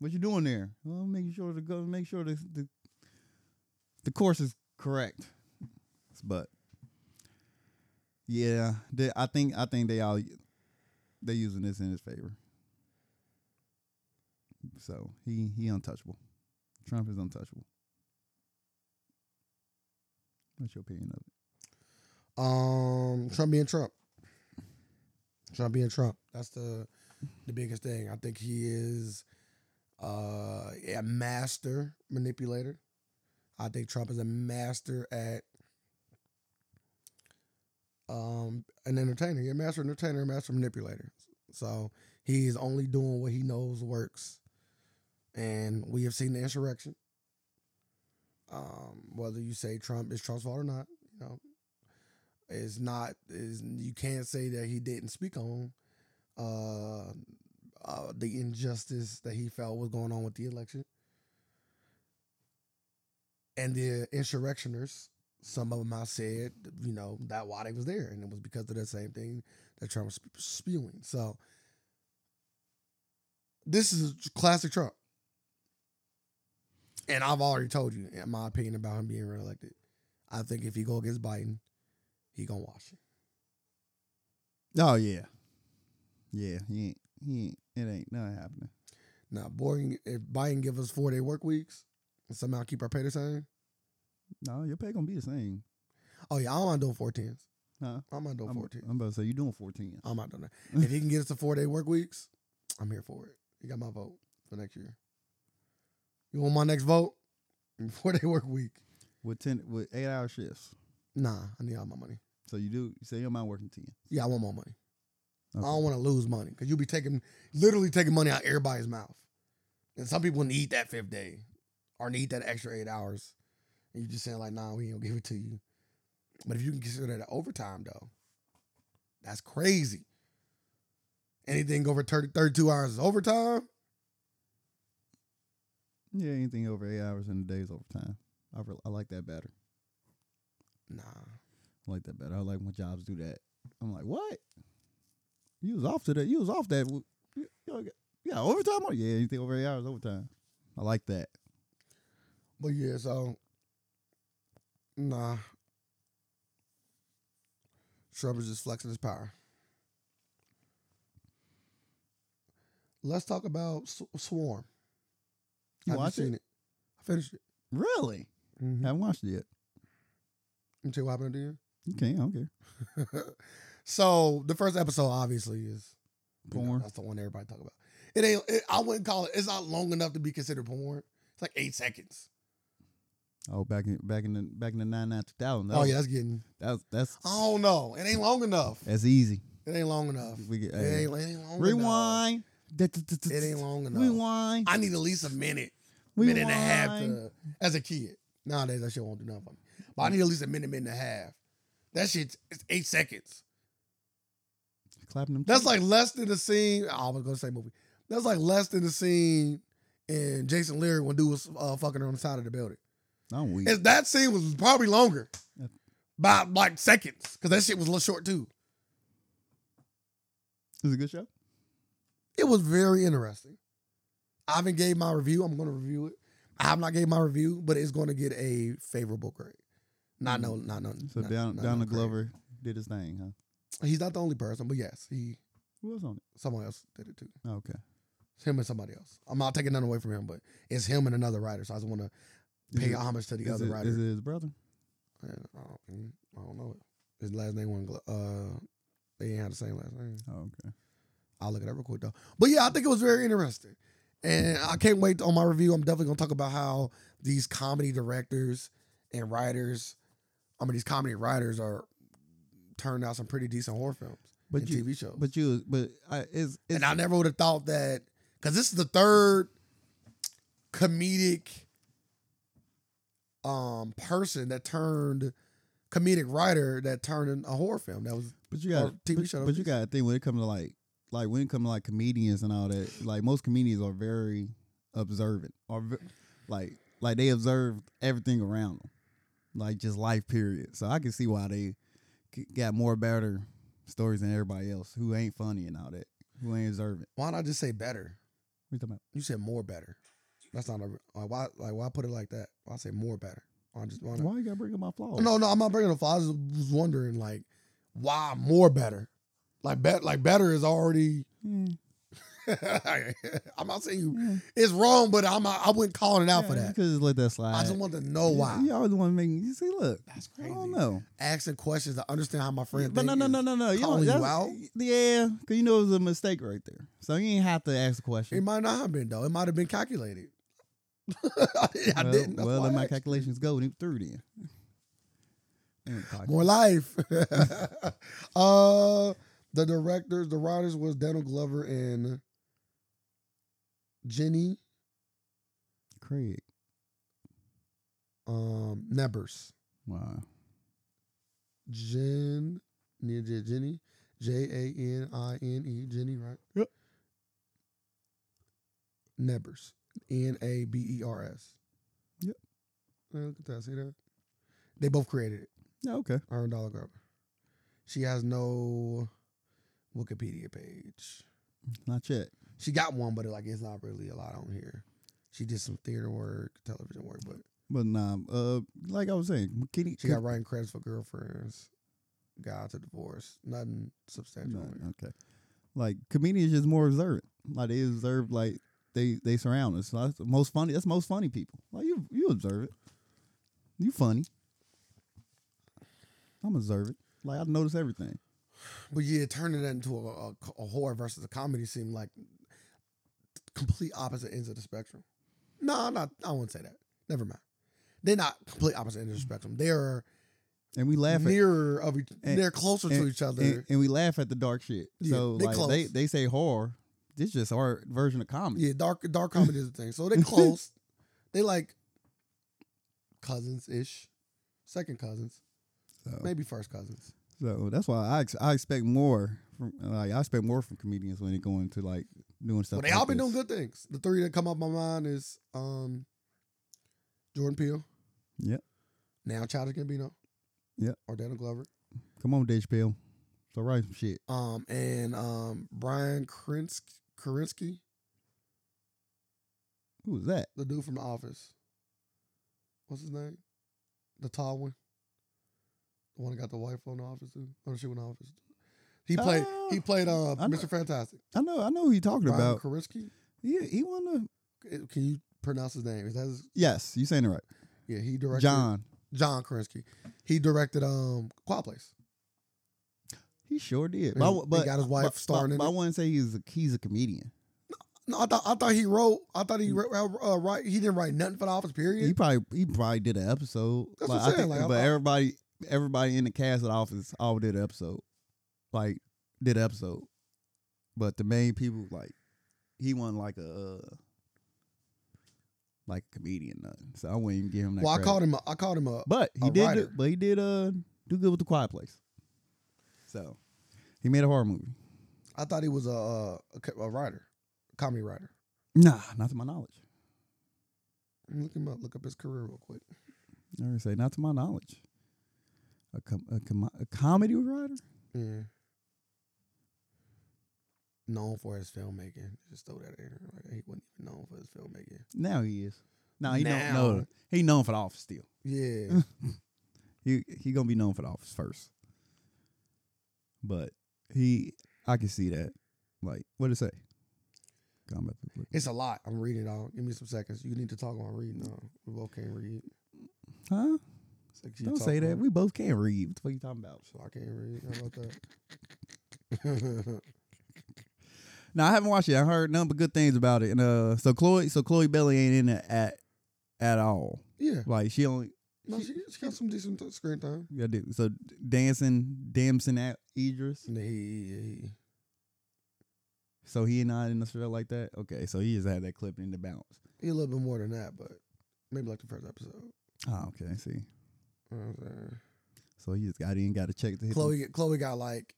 S1: What you doing there? Well, making sure the go make sure the, the the course is correct. But yeah, they, I think I think they all they using this in his favor. So he he untouchable. Trump is untouchable. What's your opinion of it?
S2: Um, Trump being Trump. Trump being Trump. That's the the biggest thing. I think he is uh, a master manipulator. I think Trump is a master at um, an entertainer. He's a master entertainer, a master manipulator. So he's only doing what he knows works. And we have seen the insurrection. Um, whether you say Trump is Trump's fault or not, you know, is not is you can't say that he didn't speak on uh, uh the injustice that he felt was going on with the election and the insurrectioners some of them i said you know that why they was there and it was because of that same thing that trump was sp- spewing so this is classic trump and i've already told you in my opinion about him being reelected i think if he go against biden he gonna wash it.
S1: Oh yeah. Yeah, he ain't he ain't it ain't nothing happening.
S2: Now, boring if Biden give us four day work weeks and somehow keep our pay the same.
S1: No, your pay gonna be the same.
S2: Oh yeah, I don't mind doing four tens.
S1: Huh?
S2: I'm not doing
S1: I'm, uh.
S2: four tens.
S1: I'm about to say you doing 14.
S2: I'm not doing that. if he can get us to four day work weeks, I'm here for it. You got my vote for next year. You want my next vote? [LAUGHS] Four day work week.
S1: With ten with eight hour shifts.
S2: Nah, I need all my money.
S1: So you do you say you don't mind working ten.
S2: Yeah, I want more money.
S1: Okay.
S2: I don't want to lose money because you'll be taking literally taking money out of everybody's mouth. And some people need that fifth day or need that extra eight hours. And you're just saying, like, nah, we ain't gonna give it to you. But if you can consider that overtime though, that's crazy. Anything over 30, 32 hours is overtime.
S1: Yeah, anything over eight hours in a day is overtime. I re- I like that better.
S2: Nah.
S1: I like that better. I like when jobs do that. I'm like, what? You was off today. You was off that. w- You, you don't get- you got overtime on yeah. Anything over eight hours overtime. I like that.
S2: But yeah, so nah. Trump is just flexing his power. Let's talk about S- Swarm.
S1: You
S2: Have
S1: watch it? Mm-hmm.
S2: seen it? I finished it.
S1: Really?
S2: Mm-hmm.
S1: Haven't watched it yet.
S2: Let me tell you what happened to you.
S1: You can't. I don't care.
S2: so the first episode obviously is you know,
S1: Porn.
S2: that's the one everybody talk about. It ain't. It, I wouldn't call it. It's not long enough to be considered porn It's like eight seconds.
S1: Oh, back in back in the back in the nine nine two thousand.
S2: oh yeah, Oh. that's getting.
S1: that's that's
S2: I don't know. It ain't long enough.
S1: that's easy.
S2: It ain't long enough.
S1: We get-
S2: it,
S1: hey.
S2: ain't, it ain't long enough.
S1: Rewind.
S2: It ain't long enough.
S1: Rewind.
S2: I need at least a minute, minute and a half
S1: Rewind.
S2: to, as a kid. Nowadays, that shit won't do nothing for me. But I need at least a minute, minute and a half. That shit, it's eight seconds.
S1: Clapping them.
S2: That's
S1: cheeks.
S2: like less than the scene. Oh, I was gonna say movie. That's like less than the scene in Jason Leary when dude was uh, fucking on the side of the building.
S1: I'm weak.
S2: And that scene was probably longer
S1: Yeah.
S2: by like seconds because that shit was a little short too.
S1: This is a good show.
S2: It was very interesting. I haven't gave my review. I'm going to review it. I have not gave my review, but it's going to get a favorable grade. Not no, not no.
S1: Mm. So
S2: not-
S1: down
S2: not
S1: down
S2: no
S1: the
S2: grade.
S1: Glover did his thing, huh?
S2: He's not the only person, but yes, he
S1: Who was on it?
S2: someone else did it too.
S1: Oh, okay.
S2: It's him and somebody else. I'm not taking none away from him, but it's him and another writer. So I just want to
S1: Is
S2: pay
S1: it-
S2: homage to the
S1: is
S2: other
S1: it-
S2: writer.
S1: Is it his brother?
S2: Yeah, I, don't, I don't know it. His last name wasn't. Glo- Uh, they didn't have the same last name.
S1: Oh, okay.
S2: I'll look it up real quick though. But yeah, I think it was very interesting. And I can't wait on my review. I'm definitely gonna talk about how these comedy directors and writers, I mean these comedy writers are turned out some pretty decent horror films
S1: But
S2: and
S1: you,
S2: TV shows.
S1: but you, but I, it's, it's
S2: and I never would have thought that because this is the third comedic um person that turned comedic writer that turned in a horror film. That was
S1: But you got
S2: or TV
S1: but,
S2: show,
S1: but you
S2: please.
S1: got to think when it comes to like like when it comes to like comedians and all that. Like most comedians are very observant, or ve- like like they observe everything around them, like just life period. So I can see why they c- got more better stories than everybody else who ain't funny and all that, who ain't observant.
S2: why not just say better?
S1: What you talking about?
S2: You said more better. That's not a like why like why put it like that? Why say more better? I just want
S1: Why you got to bring up my flaws?
S2: no no I'm not bringing it up. I was was wondering like why more better? Like bet like better is already. [LAUGHS]
S1: Yeah,
S2: I'm not saying you
S1: yeah.
S2: it's wrong, but I'm not, I wouldn't call it out for
S1: Yeah, You
S2: that.
S1: could just let that slide.
S2: I just want to know
S1: You-
S2: why.
S1: You always want to make me you see. Look,
S2: That's
S1: I
S2: crazy.
S1: don't know.
S2: Asking questions to understand how my friend.
S1: But no,
S2: think
S1: no,
S2: is.
S1: no, no, no. You
S2: calling
S1: don't-
S2: you
S1: that's- Yeah, because you know it was a mistake right there. So you ain't have to ask the
S2: It
S1: question.
S2: might not have been though. It might have been calculated. [LAUGHS] I,
S1: well,
S2: didn't. That's
S1: Well,
S2: why I
S1: then my
S2: asked.
S1: calculations go through then. Mm, fuck.
S2: More life. [LAUGHS] uh the directors, the writers was Daniel Glover and Jenny
S1: Craig.
S2: um Nevers.
S1: Wow.
S2: Jen Nia J- Jenny. J A N I N E Jenny, right?
S1: Yep.
S2: Nevers. N A B E R S.
S1: Yep.
S2: Yeah, look at that. See that? They both created it.
S1: Yeah, okay.
S2: Her and Dollar Grover. She has no Wikipedia page.
S1: Not yet.
S2: She got one, but like it's not really a lot on here. She did some theater work, television work, but
S1: But nah, uh, like I was saying, Kitty.
S2: she got writing credits for girlfriends, guide to divorce, nothing substantial.
S1: No,
S2: on here.
S1: okay. Like comedians just more observant. Like they observe like they they surround us. So that's the most funny. That's most funny people. Like you you observe it. You funny. I'm observant. Like I notice everything.
S2: But yeah, turning that into a, a, a horror versus a comedy seemed like complete opposite ends of the spectrum. No, not I wouldn't say that. Never mind. They're not complete opposite ends of the spectrum. They're
S1: And we laugh at
S2: nearer of each.
S1: And-
S2: they're closer to each other.
S1: and, and we laugh at the dark shit.
S2: Yeah,
S1: so
S2: they
S1: like they
S2: close.
S1: they say horror. This just our version of comedy.
S2: Yeah, dark dark comedy is a thing. So they close. they like cousins ish, second cousins,
S1: So,
S2: maybe first cousins.
S1: so that's why I ex- I expect more from like I expect more from comedians when they go into like doing stuff.
S2: But they
S1: like
S2: all been
S1: this.
S2: doing good things. The three that come up my mind is um Jordan Peele.
S1: Yep.
S2: Now Childish Gambino.
S1: Yep.
S2: Or Daniel Glover.
S1: Come on, Dave Chappelle. So write some shit.
S2: Um and um Brian Krins- Kerensky,
S1: Who was that?
S2: the dude from The Office. What's his name? The tall one. The one that got the wife on The Office too. Oh, she went The Office. He played.
S1: Oh.
S2: he played. Uh,
S1: I know-
S2: Mr. Fantastic.
S1: I know, I know who you're talking
S2: Brian
S1: about.
S2: Karinsky?
S1: Yeah, he won the.
S2: Uh, Can you pronounce his name? Is that his,
S1: Yes, you saying it right.
S2: yeah? He directed
S1: John.
S2: John Karinsky. He directed um Quiet Place.
S1: He sure did.
S2: And
S1: But, I
S2: he-
S1: w-
S2: he
S1: but
S2: got his wife
S1: but-
S2: starring
S1: But,
S2: in
S1: but I
S2: it.
S1: wouldn't say he's a he's a comedian.
S2: No, I thought I thought he wrote. I thought he wrote, uh, uh, write. He didn't write nothing for the office. Period.
S1: Mm. He probably he probably did an episode. Like,
S2: That's what I'm
S1: I
S2: saying,
S1: think-
S2: like, I-
S1: but
S2: I-
S1: everybody everybody in the cast of the office all did an episode. Like did an episode. But the main people like he wasn't like a uh, like a comedian nothing. So I wouldn't even give him that.
S2: well, I
S1: credit.
S2: called him. A, I called him a.
S1: But he
S2: a
S1: did
S2: writer.
S1: do- but he did uh do good with the quiet place. So he made a horror movie.
S2: I thought he was a uh, a, co- a writer, comedy writer.
S1: Nah, not to my knowledge.
S2: Look him up. Look up his career real quick.
S1: I already say not to my knowledge. A com- a, com- a comedy writer?
S2: Yeah. Mm. Known for his filmmaking. Just throw that in. there. Like, he wasn't even known for his filmmaking.
S1: Now he is. Now he
S2: Now.
S1: don't know. He known for the office still. Mm.
S2: Yeah.
S1: He he gonna be known for the office first. But he, I can see that. Like what did it say? God, I'm about to look.
S2: it's a lot. I'm reading it all. Give me some seconds. You need to talk while I'm reading. No, we both can't read.
S1: Huh?
S2: It's like you
S1: Don't say
S2: talking.
S1: that. We both can't read. What the fuck you talking about?
S2: So I can't read. How about that? [LAUGHS]
S1: No, I haven't watched it. I heard nothing but good things about it. And uh, so Chloe, so Chloe Belly ain't in it at at all.
S2: yeah.
S1: Like she only
S2: No, she, she got some decent t- screen time.
S1: yeah, dude. So dancing, damson at Idris.
S2: Nah, he, he, he-
S1: So he not in the show like that. Okay, so he just had that clip in the bounce.
S2: he a little bit more than that, but maybe like the first episode.
S1: Oh, okay, I see.
S2: You know what I'm saying?
S1: So he just got in, got to check to hit.
S2: Chloe, Chloe got like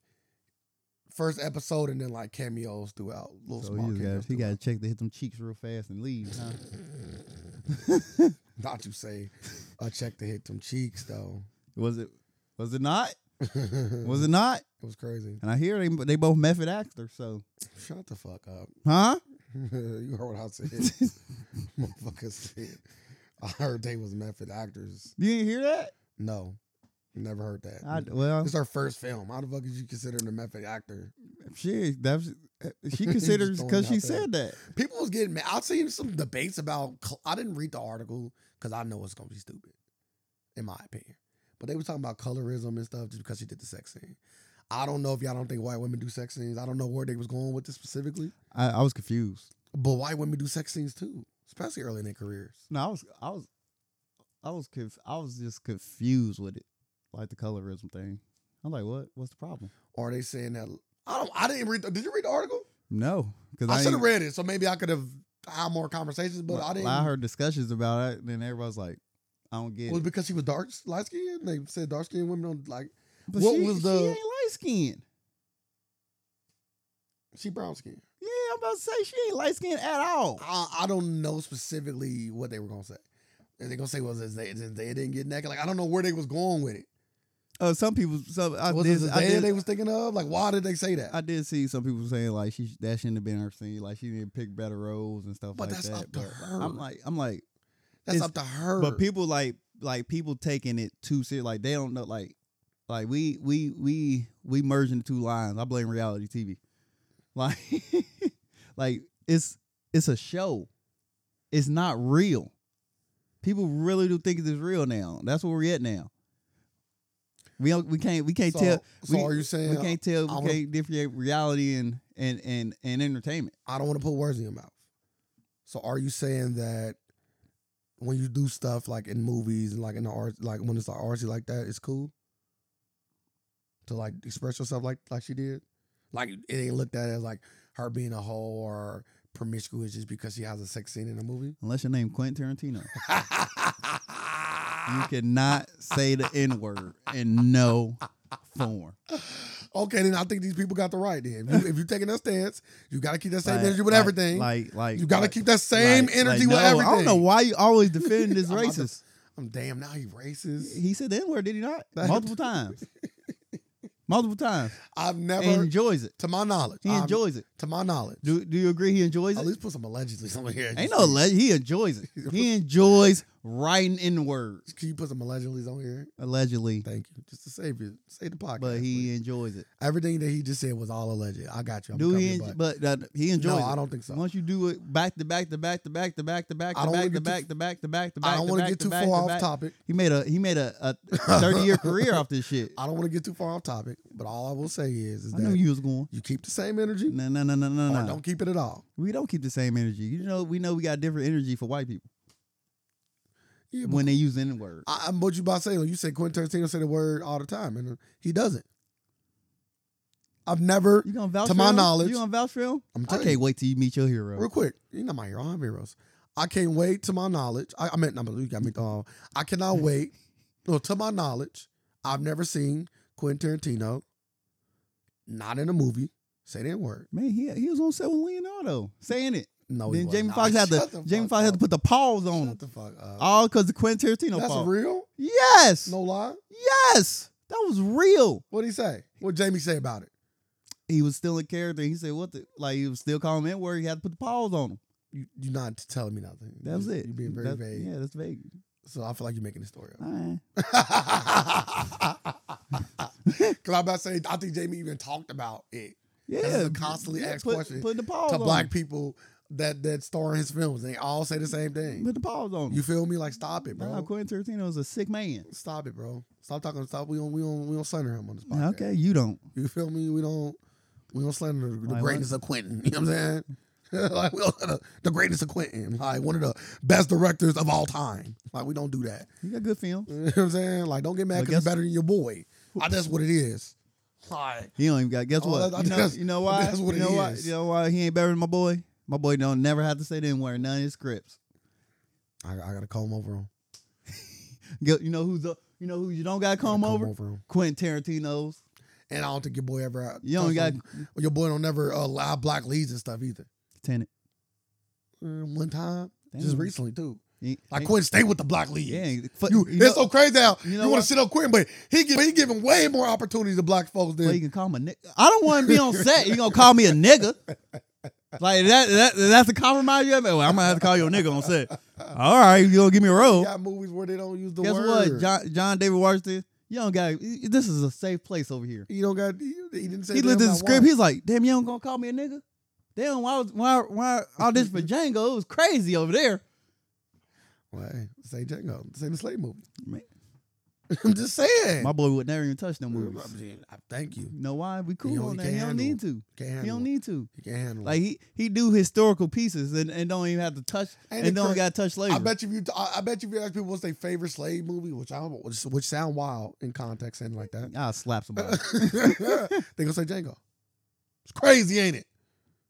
S2: first episode and then like cameos throughout.
S1: them,
S2: Little
S1: so
S2: small
S1: he, just
S2: cameos.
S1: got, he got to check to hit them cheeks real fast and leave. Huh?
S2: throughout. [LAUGHS] Not to say, I check to hit them cheeks though.
S1: was it? Was it not?
S2: was
S1: Was it not?
S2: [LAUGHS] It was crazy.
S1: And I hear they they both method actors. So
S2: Shut the fuck up. [LAUGHS]
S1: huh?
S2: you heard what I said.
S1: [LAUGHS]
S2: Motherfuckers said. I heard they was method actors.
S1: You didn't hear that?
S2: No, never heard that.
S1: I, well,
S2: it's her first film. How the fuck is you considered a method actor?
S1: She that's eh, [LAUGHS] she
S2: Just
S1: considers
S2: throwing
S1: because
S2: it
S1: she
S2: out there.
S1: said that.
S2: People was getting mad. I've seen some debates about. cl- I didn't read the article because I know it's gonna be stupid, in my opinion. But they were talking about colorism and stuff just because she did the sex scene. I don't know if y'all don't think white women do sex scenes. I don't know where they was going with this specifically,
S1: I, I was confused.
S2: but white women do sex scenes too, especially early in their careers.
S1: No, I was I was I was conf- I was just confused with it, like the colorism thing. I'm like, what? What's the problem?
S2: Or are they saying that? I don't. I didn't read. The, did you read the article?
S1: No, because
S2: I,
S1: I,
S2: should have
S1: ain't-
S2: read it, so maybe I could have had more conversations. But I
S1: well,
S2: didn't.
S1: I heard discussions about it, and then everybody's like, I don't
S2: it
S1: get
S2: was
S1: it.
S2: because she was dark, light skinned. They said dark skinned women don't like.
S1: But
S2: what
S1: she,
S2: was
S1: she
S2: the-
S1: ain't light skinned.
S2: She brown skinned.
S1: Yeah, I'm about to say she ain't light skinned at all.
S2: I, I don't know specifically what they were gonna say. Are they gonna say was it they, they didn't get naked? Like I don't know where they was going with it.
S1: Uh, some people, some I
S2: was
S1: did,
S2: it
S1: I
S2: Zendaya
S1: did,
S2: they was thinking of? Like why did they say that?
S1: I did see some people saying like she that shouldn't have been her scene, like she didn't pick better roles and stuff
S2: But
S1: like
S2: that's
S1: that.
S2: up to
S1: but
S2: her.
S1: I'm like, I'm like.
S2: That's
S1: it's-
S2: up to her.
S1: But people like like people taking it too serious. Like they don't know like like we we we we merging the two lines. I blame reality TV. [LAUGHS] Like like it's it's a show. It's not real. People really do think it's real now. That's where we're at now. We don't, we can't we can't
S2: so,
S1: tell
S2: So
S1: we-
S2: are you saying
S1: we can't tell we
S2: I wanna-
S1: can't differentiate reality and and and and entertainment.
S2: I don't want to put words in your mouth. So are you saying that when you do stuff like in movies and like in the art, like when it's like artsy like that, it's cool to like express yourself like like she did. Like it ain't looked at as like her being a hoe or promiscuous just because she has a sex scene in a
S1: [LAUGHS]
S2: movie. [LAUGHS]
S1: Unless your name Quentin Tarantino.
S2: [LAUGHS]
S1: You cannot say the N word in no form.
S2: okay, then I think these people got the right. Then if, you, if you're taking that stance, you got to keep that same
S1: Like-
S2: energy with
S1: like-
S2: everything.
S1: Like, like
S2: you got to
S1: like-
S2: keep that same
S1: like-
S2: energy
S1: like,
S2: with
S1: no,
S2: everything.
S1: I don't know why you always defend this
S2: [LAUGHS] I'm about to-
S1: racist.
S2: I'm damn now he racist.
S1: He said the N word, did he
S2: [LAUGHS]
S1: not? Multiple times. Multiple times.
S2: I've never,
S1: And enjoys it.
S2: to my knowledge,
S1: He
S2: I'm-
S1: enjoys it.
S2: To my knowledge,
S1: Do Do you agree? He enjoys
S2: at
S1: it.
S2: least put some allegedly somewhere here. [LAUGHS]
S1: Ain't no legend. He enjoys it. He enjoys writing in words
S2: Can you put some allegedly's on here?
S1: allegedly,
S2: Thank you, just to save it, save the podcast.
S1: but
S2: please.
S1: he enjoys it.
S2: everything that he just said was all alleged. I got you. I'm
S1: Do
S2: covering
S1: he?
S2: your
S1: en-
S2: butt.
S1: But uh, he enjoys.
S2: no,
S1: it.
S2: I don't think so.
S1: Once you do it back to back to back to back to back to back
S2: I
S1: to
S2: don't wanna
S1: back to
S2: get too-
S1: back to back to back to back.
S2: I don't want to
S1: back
S2: get too
S1: back
S2: far off
S1: back.
S2: topic.
S1: He made a he made a thirty
S2: [LAUGHS]
S1: year career off this shit.
S2: I don't want to get too far off topic, but all I will say is, is
S1: I knew
S2: that you,
S1: you was going.
S2: keep the same energy
S1: No no no no no
S2: or
S1: no.
S2: Oh, don't keep it at all.
S1: We don't keep the same energy. You know we know we got different energy for white people
S2: Yeah, but
S1: when they use N word.
S2: I, I'm what you about saying. You say Quentin Tarantino say the word all the time, and he doesn't. I've never.
S1: You gonna vouch
S2: To
S1: for
S2: my
S1: him?
S2: knowledge-
S1: You gonna vouch for him?
S2: I'm
S1: I
S2: telling
S1: can't
S2: you,
S1: wait till you meet your hero.
S2: real quick. You're not my hero. I'm heroes. I can't wait to my knowledge. I, I meant, I'm you got me. Uh, I
S1: [LAUGHS]
S2: cannot wait. No, to my knowledge, I've never seen Quentin Tarantino, not in a movie, say that word.
S1: Man, he he was on set with Leonardo saying it.
S2: No, Oh, he
S1: then
S2: wasn't.
S1: Jamie
S2: Nah,
S1: Foxx had
S2: shut
S1: to
S2: the
S1: Jamie
S2: fuck
S1: Foxx had
S2: up.
S1: to put the pause on
S2: Shut
S1: him.
S2: the fuck up.
S1: All because the Quentin Tarantino
S2: That's
S1: fault.
S2: real.
S1: Yes.
S2: No lie.
S1: Yes. That was real.
S2: What'd
S1: [LAUGHS]
S2: he say? What'd Jamie say about it?
S1: He was still in character. He said, "What the?" Like he was still calling him where he had to put the pause on him.
S2: You, you're not telling me nothing.
S1: That was
S2: you,
S1: it.
S2: You're being very
S1: That-
S2: vague.
S1: Yeah, that's vague.
S2: So I feel like you're making a story [LAUGHS] up.
S1: All right.
S2: Because I'm about to say, I think Jamie even talked about it
S1: Yeah,
S2: That's a constantly asked
S1: put,
S2: question
S1: Put the pause
S2: to
S1: on
S2: black
S1: him.
S2: people that that star in his films. They all say the same thing.
S1: Put the pause on him.
S2: You feel me? Like stop it,
S1: Nah,
S2: bro.
S1: Quentin Tarantino is a sick man.
S2: Stop it, bro. Stop talking. Stop. We don't. We don't. We don't slander him on this
S1: Nah,
S2: podcast.
S1: Okay, you don't.
S2: You feel me? We don't we don't slander the, the
S1: Like,
S2: greatness of Quentin. [LAUGHS] You know what I'm saying? [LAUGHS] like we don't slander the greatness of Quentin. Like one of the best directors of all time. Like we don't
S1: [LAUGHS]
S2: do that.
S1: You got good film.
S2: You know what I'm saying? Like don't get mad
S1: But
S2: because he's
S1: guess-
S2: better than your boy. Like, that's what it is. Like
S1: He don't even got. Guess
S2: Oh,
S1: what?
S2: that-
S1: you, know,
S2: that's-
S1: you know why?
S2: that's what
S1: you know
S2: it
S1: why?
S2: is.
S1: You know why he ain't better than my boy? My boy don't never have to say them word none of his scripts.
S2: I, I gotta comb over him.
S1: Go- You know who's the? You know who you don't got to
S2: Gotta
S1: come over?
S2: him.
S1: Quentin Tarantino's.
S2: And I don't think your boy ever.
S1: You don't got
S2: touched him. your boy don't never uh, allow black leads and stuff either.
S1: Tenet.
S2: Uh, one time,
S1: Damn.
S2: just recently too.
S1: He-
S2: Like
S1: he-
S2: Quentin stay with the black leads.
S1: Yeah, fuck,
S2: You,
S1: you, know,
S2: it's so crazy now.
S1: you
S2: You,
S1: know
S2: want
S1: what?
S2: to sit up Quentin, but he give, he giving way more opportunities to black folks
S1: well,
S2: than
S1: you can call me. a nigga. I don't want to be on set. You gonna call me a nigga? Like that? that that's a compromise you have. Well, I'm gonna have to call you a nigga on set. All right, you gonna give me a
S2: you
S1: role?
S2: got movies where they don't use the
S1: Guess
S2: word.
S1: what, John, John David Washington? You don't got. This is a safe place over here.
S2: you don't got. He, he didn't say.
S1: He
S2: damn
S1: looked at the
S2: not
S1: script.
S2: once.
S1: He's like, "Damn, you don't gonna call me a nigga? Damn, why was why why I
S2: [LAUGHS]
S1: auditioned for Django? It was crazy over there.
S2: Well, hey, say Django. Say the slave movie.
S1: Man.
S2: [LAUGHS] I'm just saying.
S1: My boy would never even touch them movies.
S2: I mean, I- Thank you.
S1: You know why? We
S2: He
S1: cool
S2: don't-
S1: on that.
S2: he
S1: He
S2: can't
S1: don't
S2: handle
S1: need to.
S2: Can't
S1: He
S2: handle.
S1: don't
S2: it.
S1: need to.
S2: You can't handle. it.
S1: Like he he do historical pieces and, and don't even have to touch
S2: Ain't
S1: and
S2: it
S1: don't
S2: cra-
S1: got to touch labor.
S2: I bet you if you I I bet you if you ask people what's their favorite slave movie, which I don't, which, which sound wild in context and like that, [LAUGHS]
S1: I'll slap somebody.
S2: they gonna say Django. It's crazy, ain't it?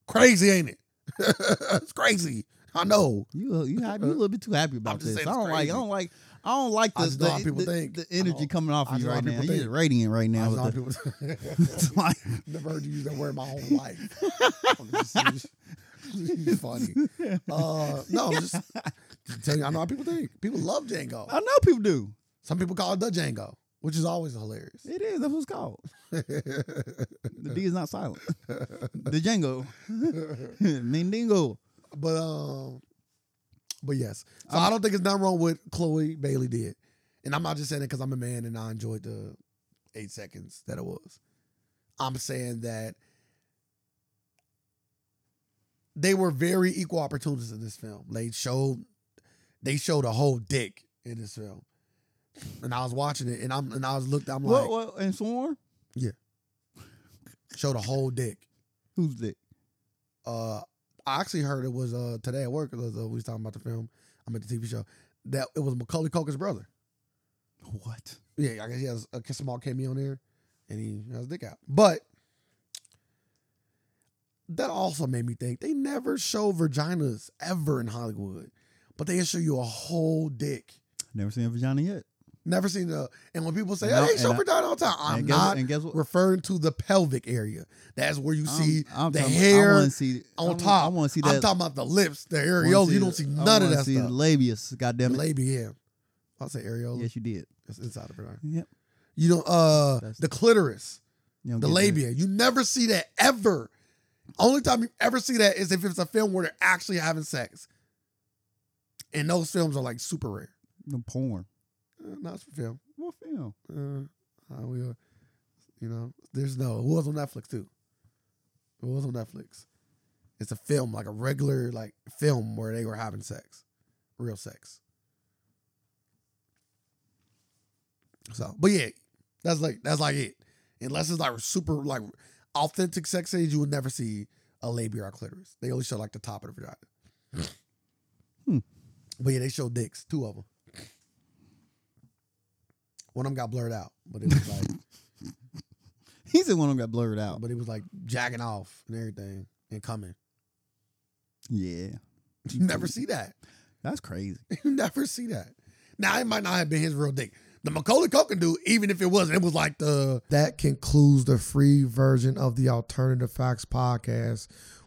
S2: Crazy, ain't it? [LAUGHS] it's crazy. I know.
S1: you uh, you happy, you a little bit too happy about
S2: just
S1: this. I
S2: saying it's
S1: don't like I
S2: crazy.
S1: don't like I don't like
S2: I
S1: the
S2: just know how
S1: the,
S2: people
S1: the-
S2: think.
S1: the
S2: I
S1: energy
S2: know-
S1: coming off
S2: I
S1: of you
S2: just
S1: right
S2: know how
S1: now.
S2: people
S1: You're
S2: think.
S1: radiant right
S2: I
S1: now.
S2: just know how
S1: With the,
S2: people,
S1: [LAUGHS] it's like,
S2: [LAUGHS] never heard you use that word in my whole life. [LAUGHS] Fucking funny. Uh, no, I'm just telling you. I know how people think. People love Django.
S1: I know people do.
S2: Some people call it the Django, which is always hilarious. [LAUGHS]
S1: It is. That's what it's called. The D is not silent. the Django. [LAUGHS] Mendingo.
S2: But um, but yes. So I'm, I do not think it's nothing wrong with Chloe Bailey did, and I'm not just saying it because I'm a man and I enjoyed the eight seconds that it was. I'm saying that they were very equal opportunities in this film. They showed they showed a whole dick in this film, and I was watching it and I'm and I was looked. I'm like
S1: What what and Swarm?
S2: showed a whole dick.
S1: Who's that?
S2: uh I actually heard it was uh today at work 'cause, uh, we was talking about the film. I'm at the TV show that it was Macaulay Culkin's brother.
S1: What?
S2: Yeah, I guess he has a kiss small cameo on there, and he has a dick out. But that also made me think they never show vaginas ever in Hollywood, but they show you a whole dick.
S1: Never seen a vagina yet.
S2: Never seen a. And when people say
S1: And I-
S2: hey, they show
S1: and I-
S2: vagina all the time, I'm
S1: and guess,
S2: not
S1: and guess what?
S2: referring to the pelvic area. That's where you see
S1: I'm, I'm
S2: the
S1: talking- I
S2: hair
S1: wanna see, I
S2: on
S1: wanna-
S2: top.
S1: I want to see
S2: I'm
S1: that.
S2: talking about the lips, the
S1: I wanna
S2: areola.
S1: see
S2: You
S1: the-
S2: don't see
S1: I
S2: none of
S1: wanna
S2: that
S1: see
S2: stuff.
S1: The labius,
S2: The
S1: goddamn it.
S2: labia. yeah. I'll say areola.
S1: Yes, you did.
S2: It's inside of it. right?
S1: Yep.
S2: You don't. Uh,
S1: That's-
S2: the clitoris,
S1: You don't
S2: the
S1: get that.
S2: labia. You never see that ever. Only time you ever see that is if it's a film where they're actually having sex, and those films are like super rare.
S1: The porn.
S2: Uh, no, it's for film.
S1: What film?
S2: Uh, I will. You know, there's no. It was on Netflix too. It was on Netflix. It's a film, like a regular like film where they were having sex, real sex. So, but yeah, that's like that's like it. Unless it's like super like authentic sex scenes, you would never see a labia or clitoris. They only show like the top of the vagina.
S1: Hmm.
S2: But yeah, they show dicks, two of them. One of them got blurred out, but it was like,
S1: He said one of them got blurred out.
S2: but it was like jacking off and everything and coming. [LAUGHS]
S1: Yeah.
S2: You never see that.
S1: That's crazy.
S2: [LAUGHS] You never see that. Now it might not have been his real dick. The Macaulay Culkin dude, even if it wasn't, it was like the that concludes the free version of the Alternative Facts podcast.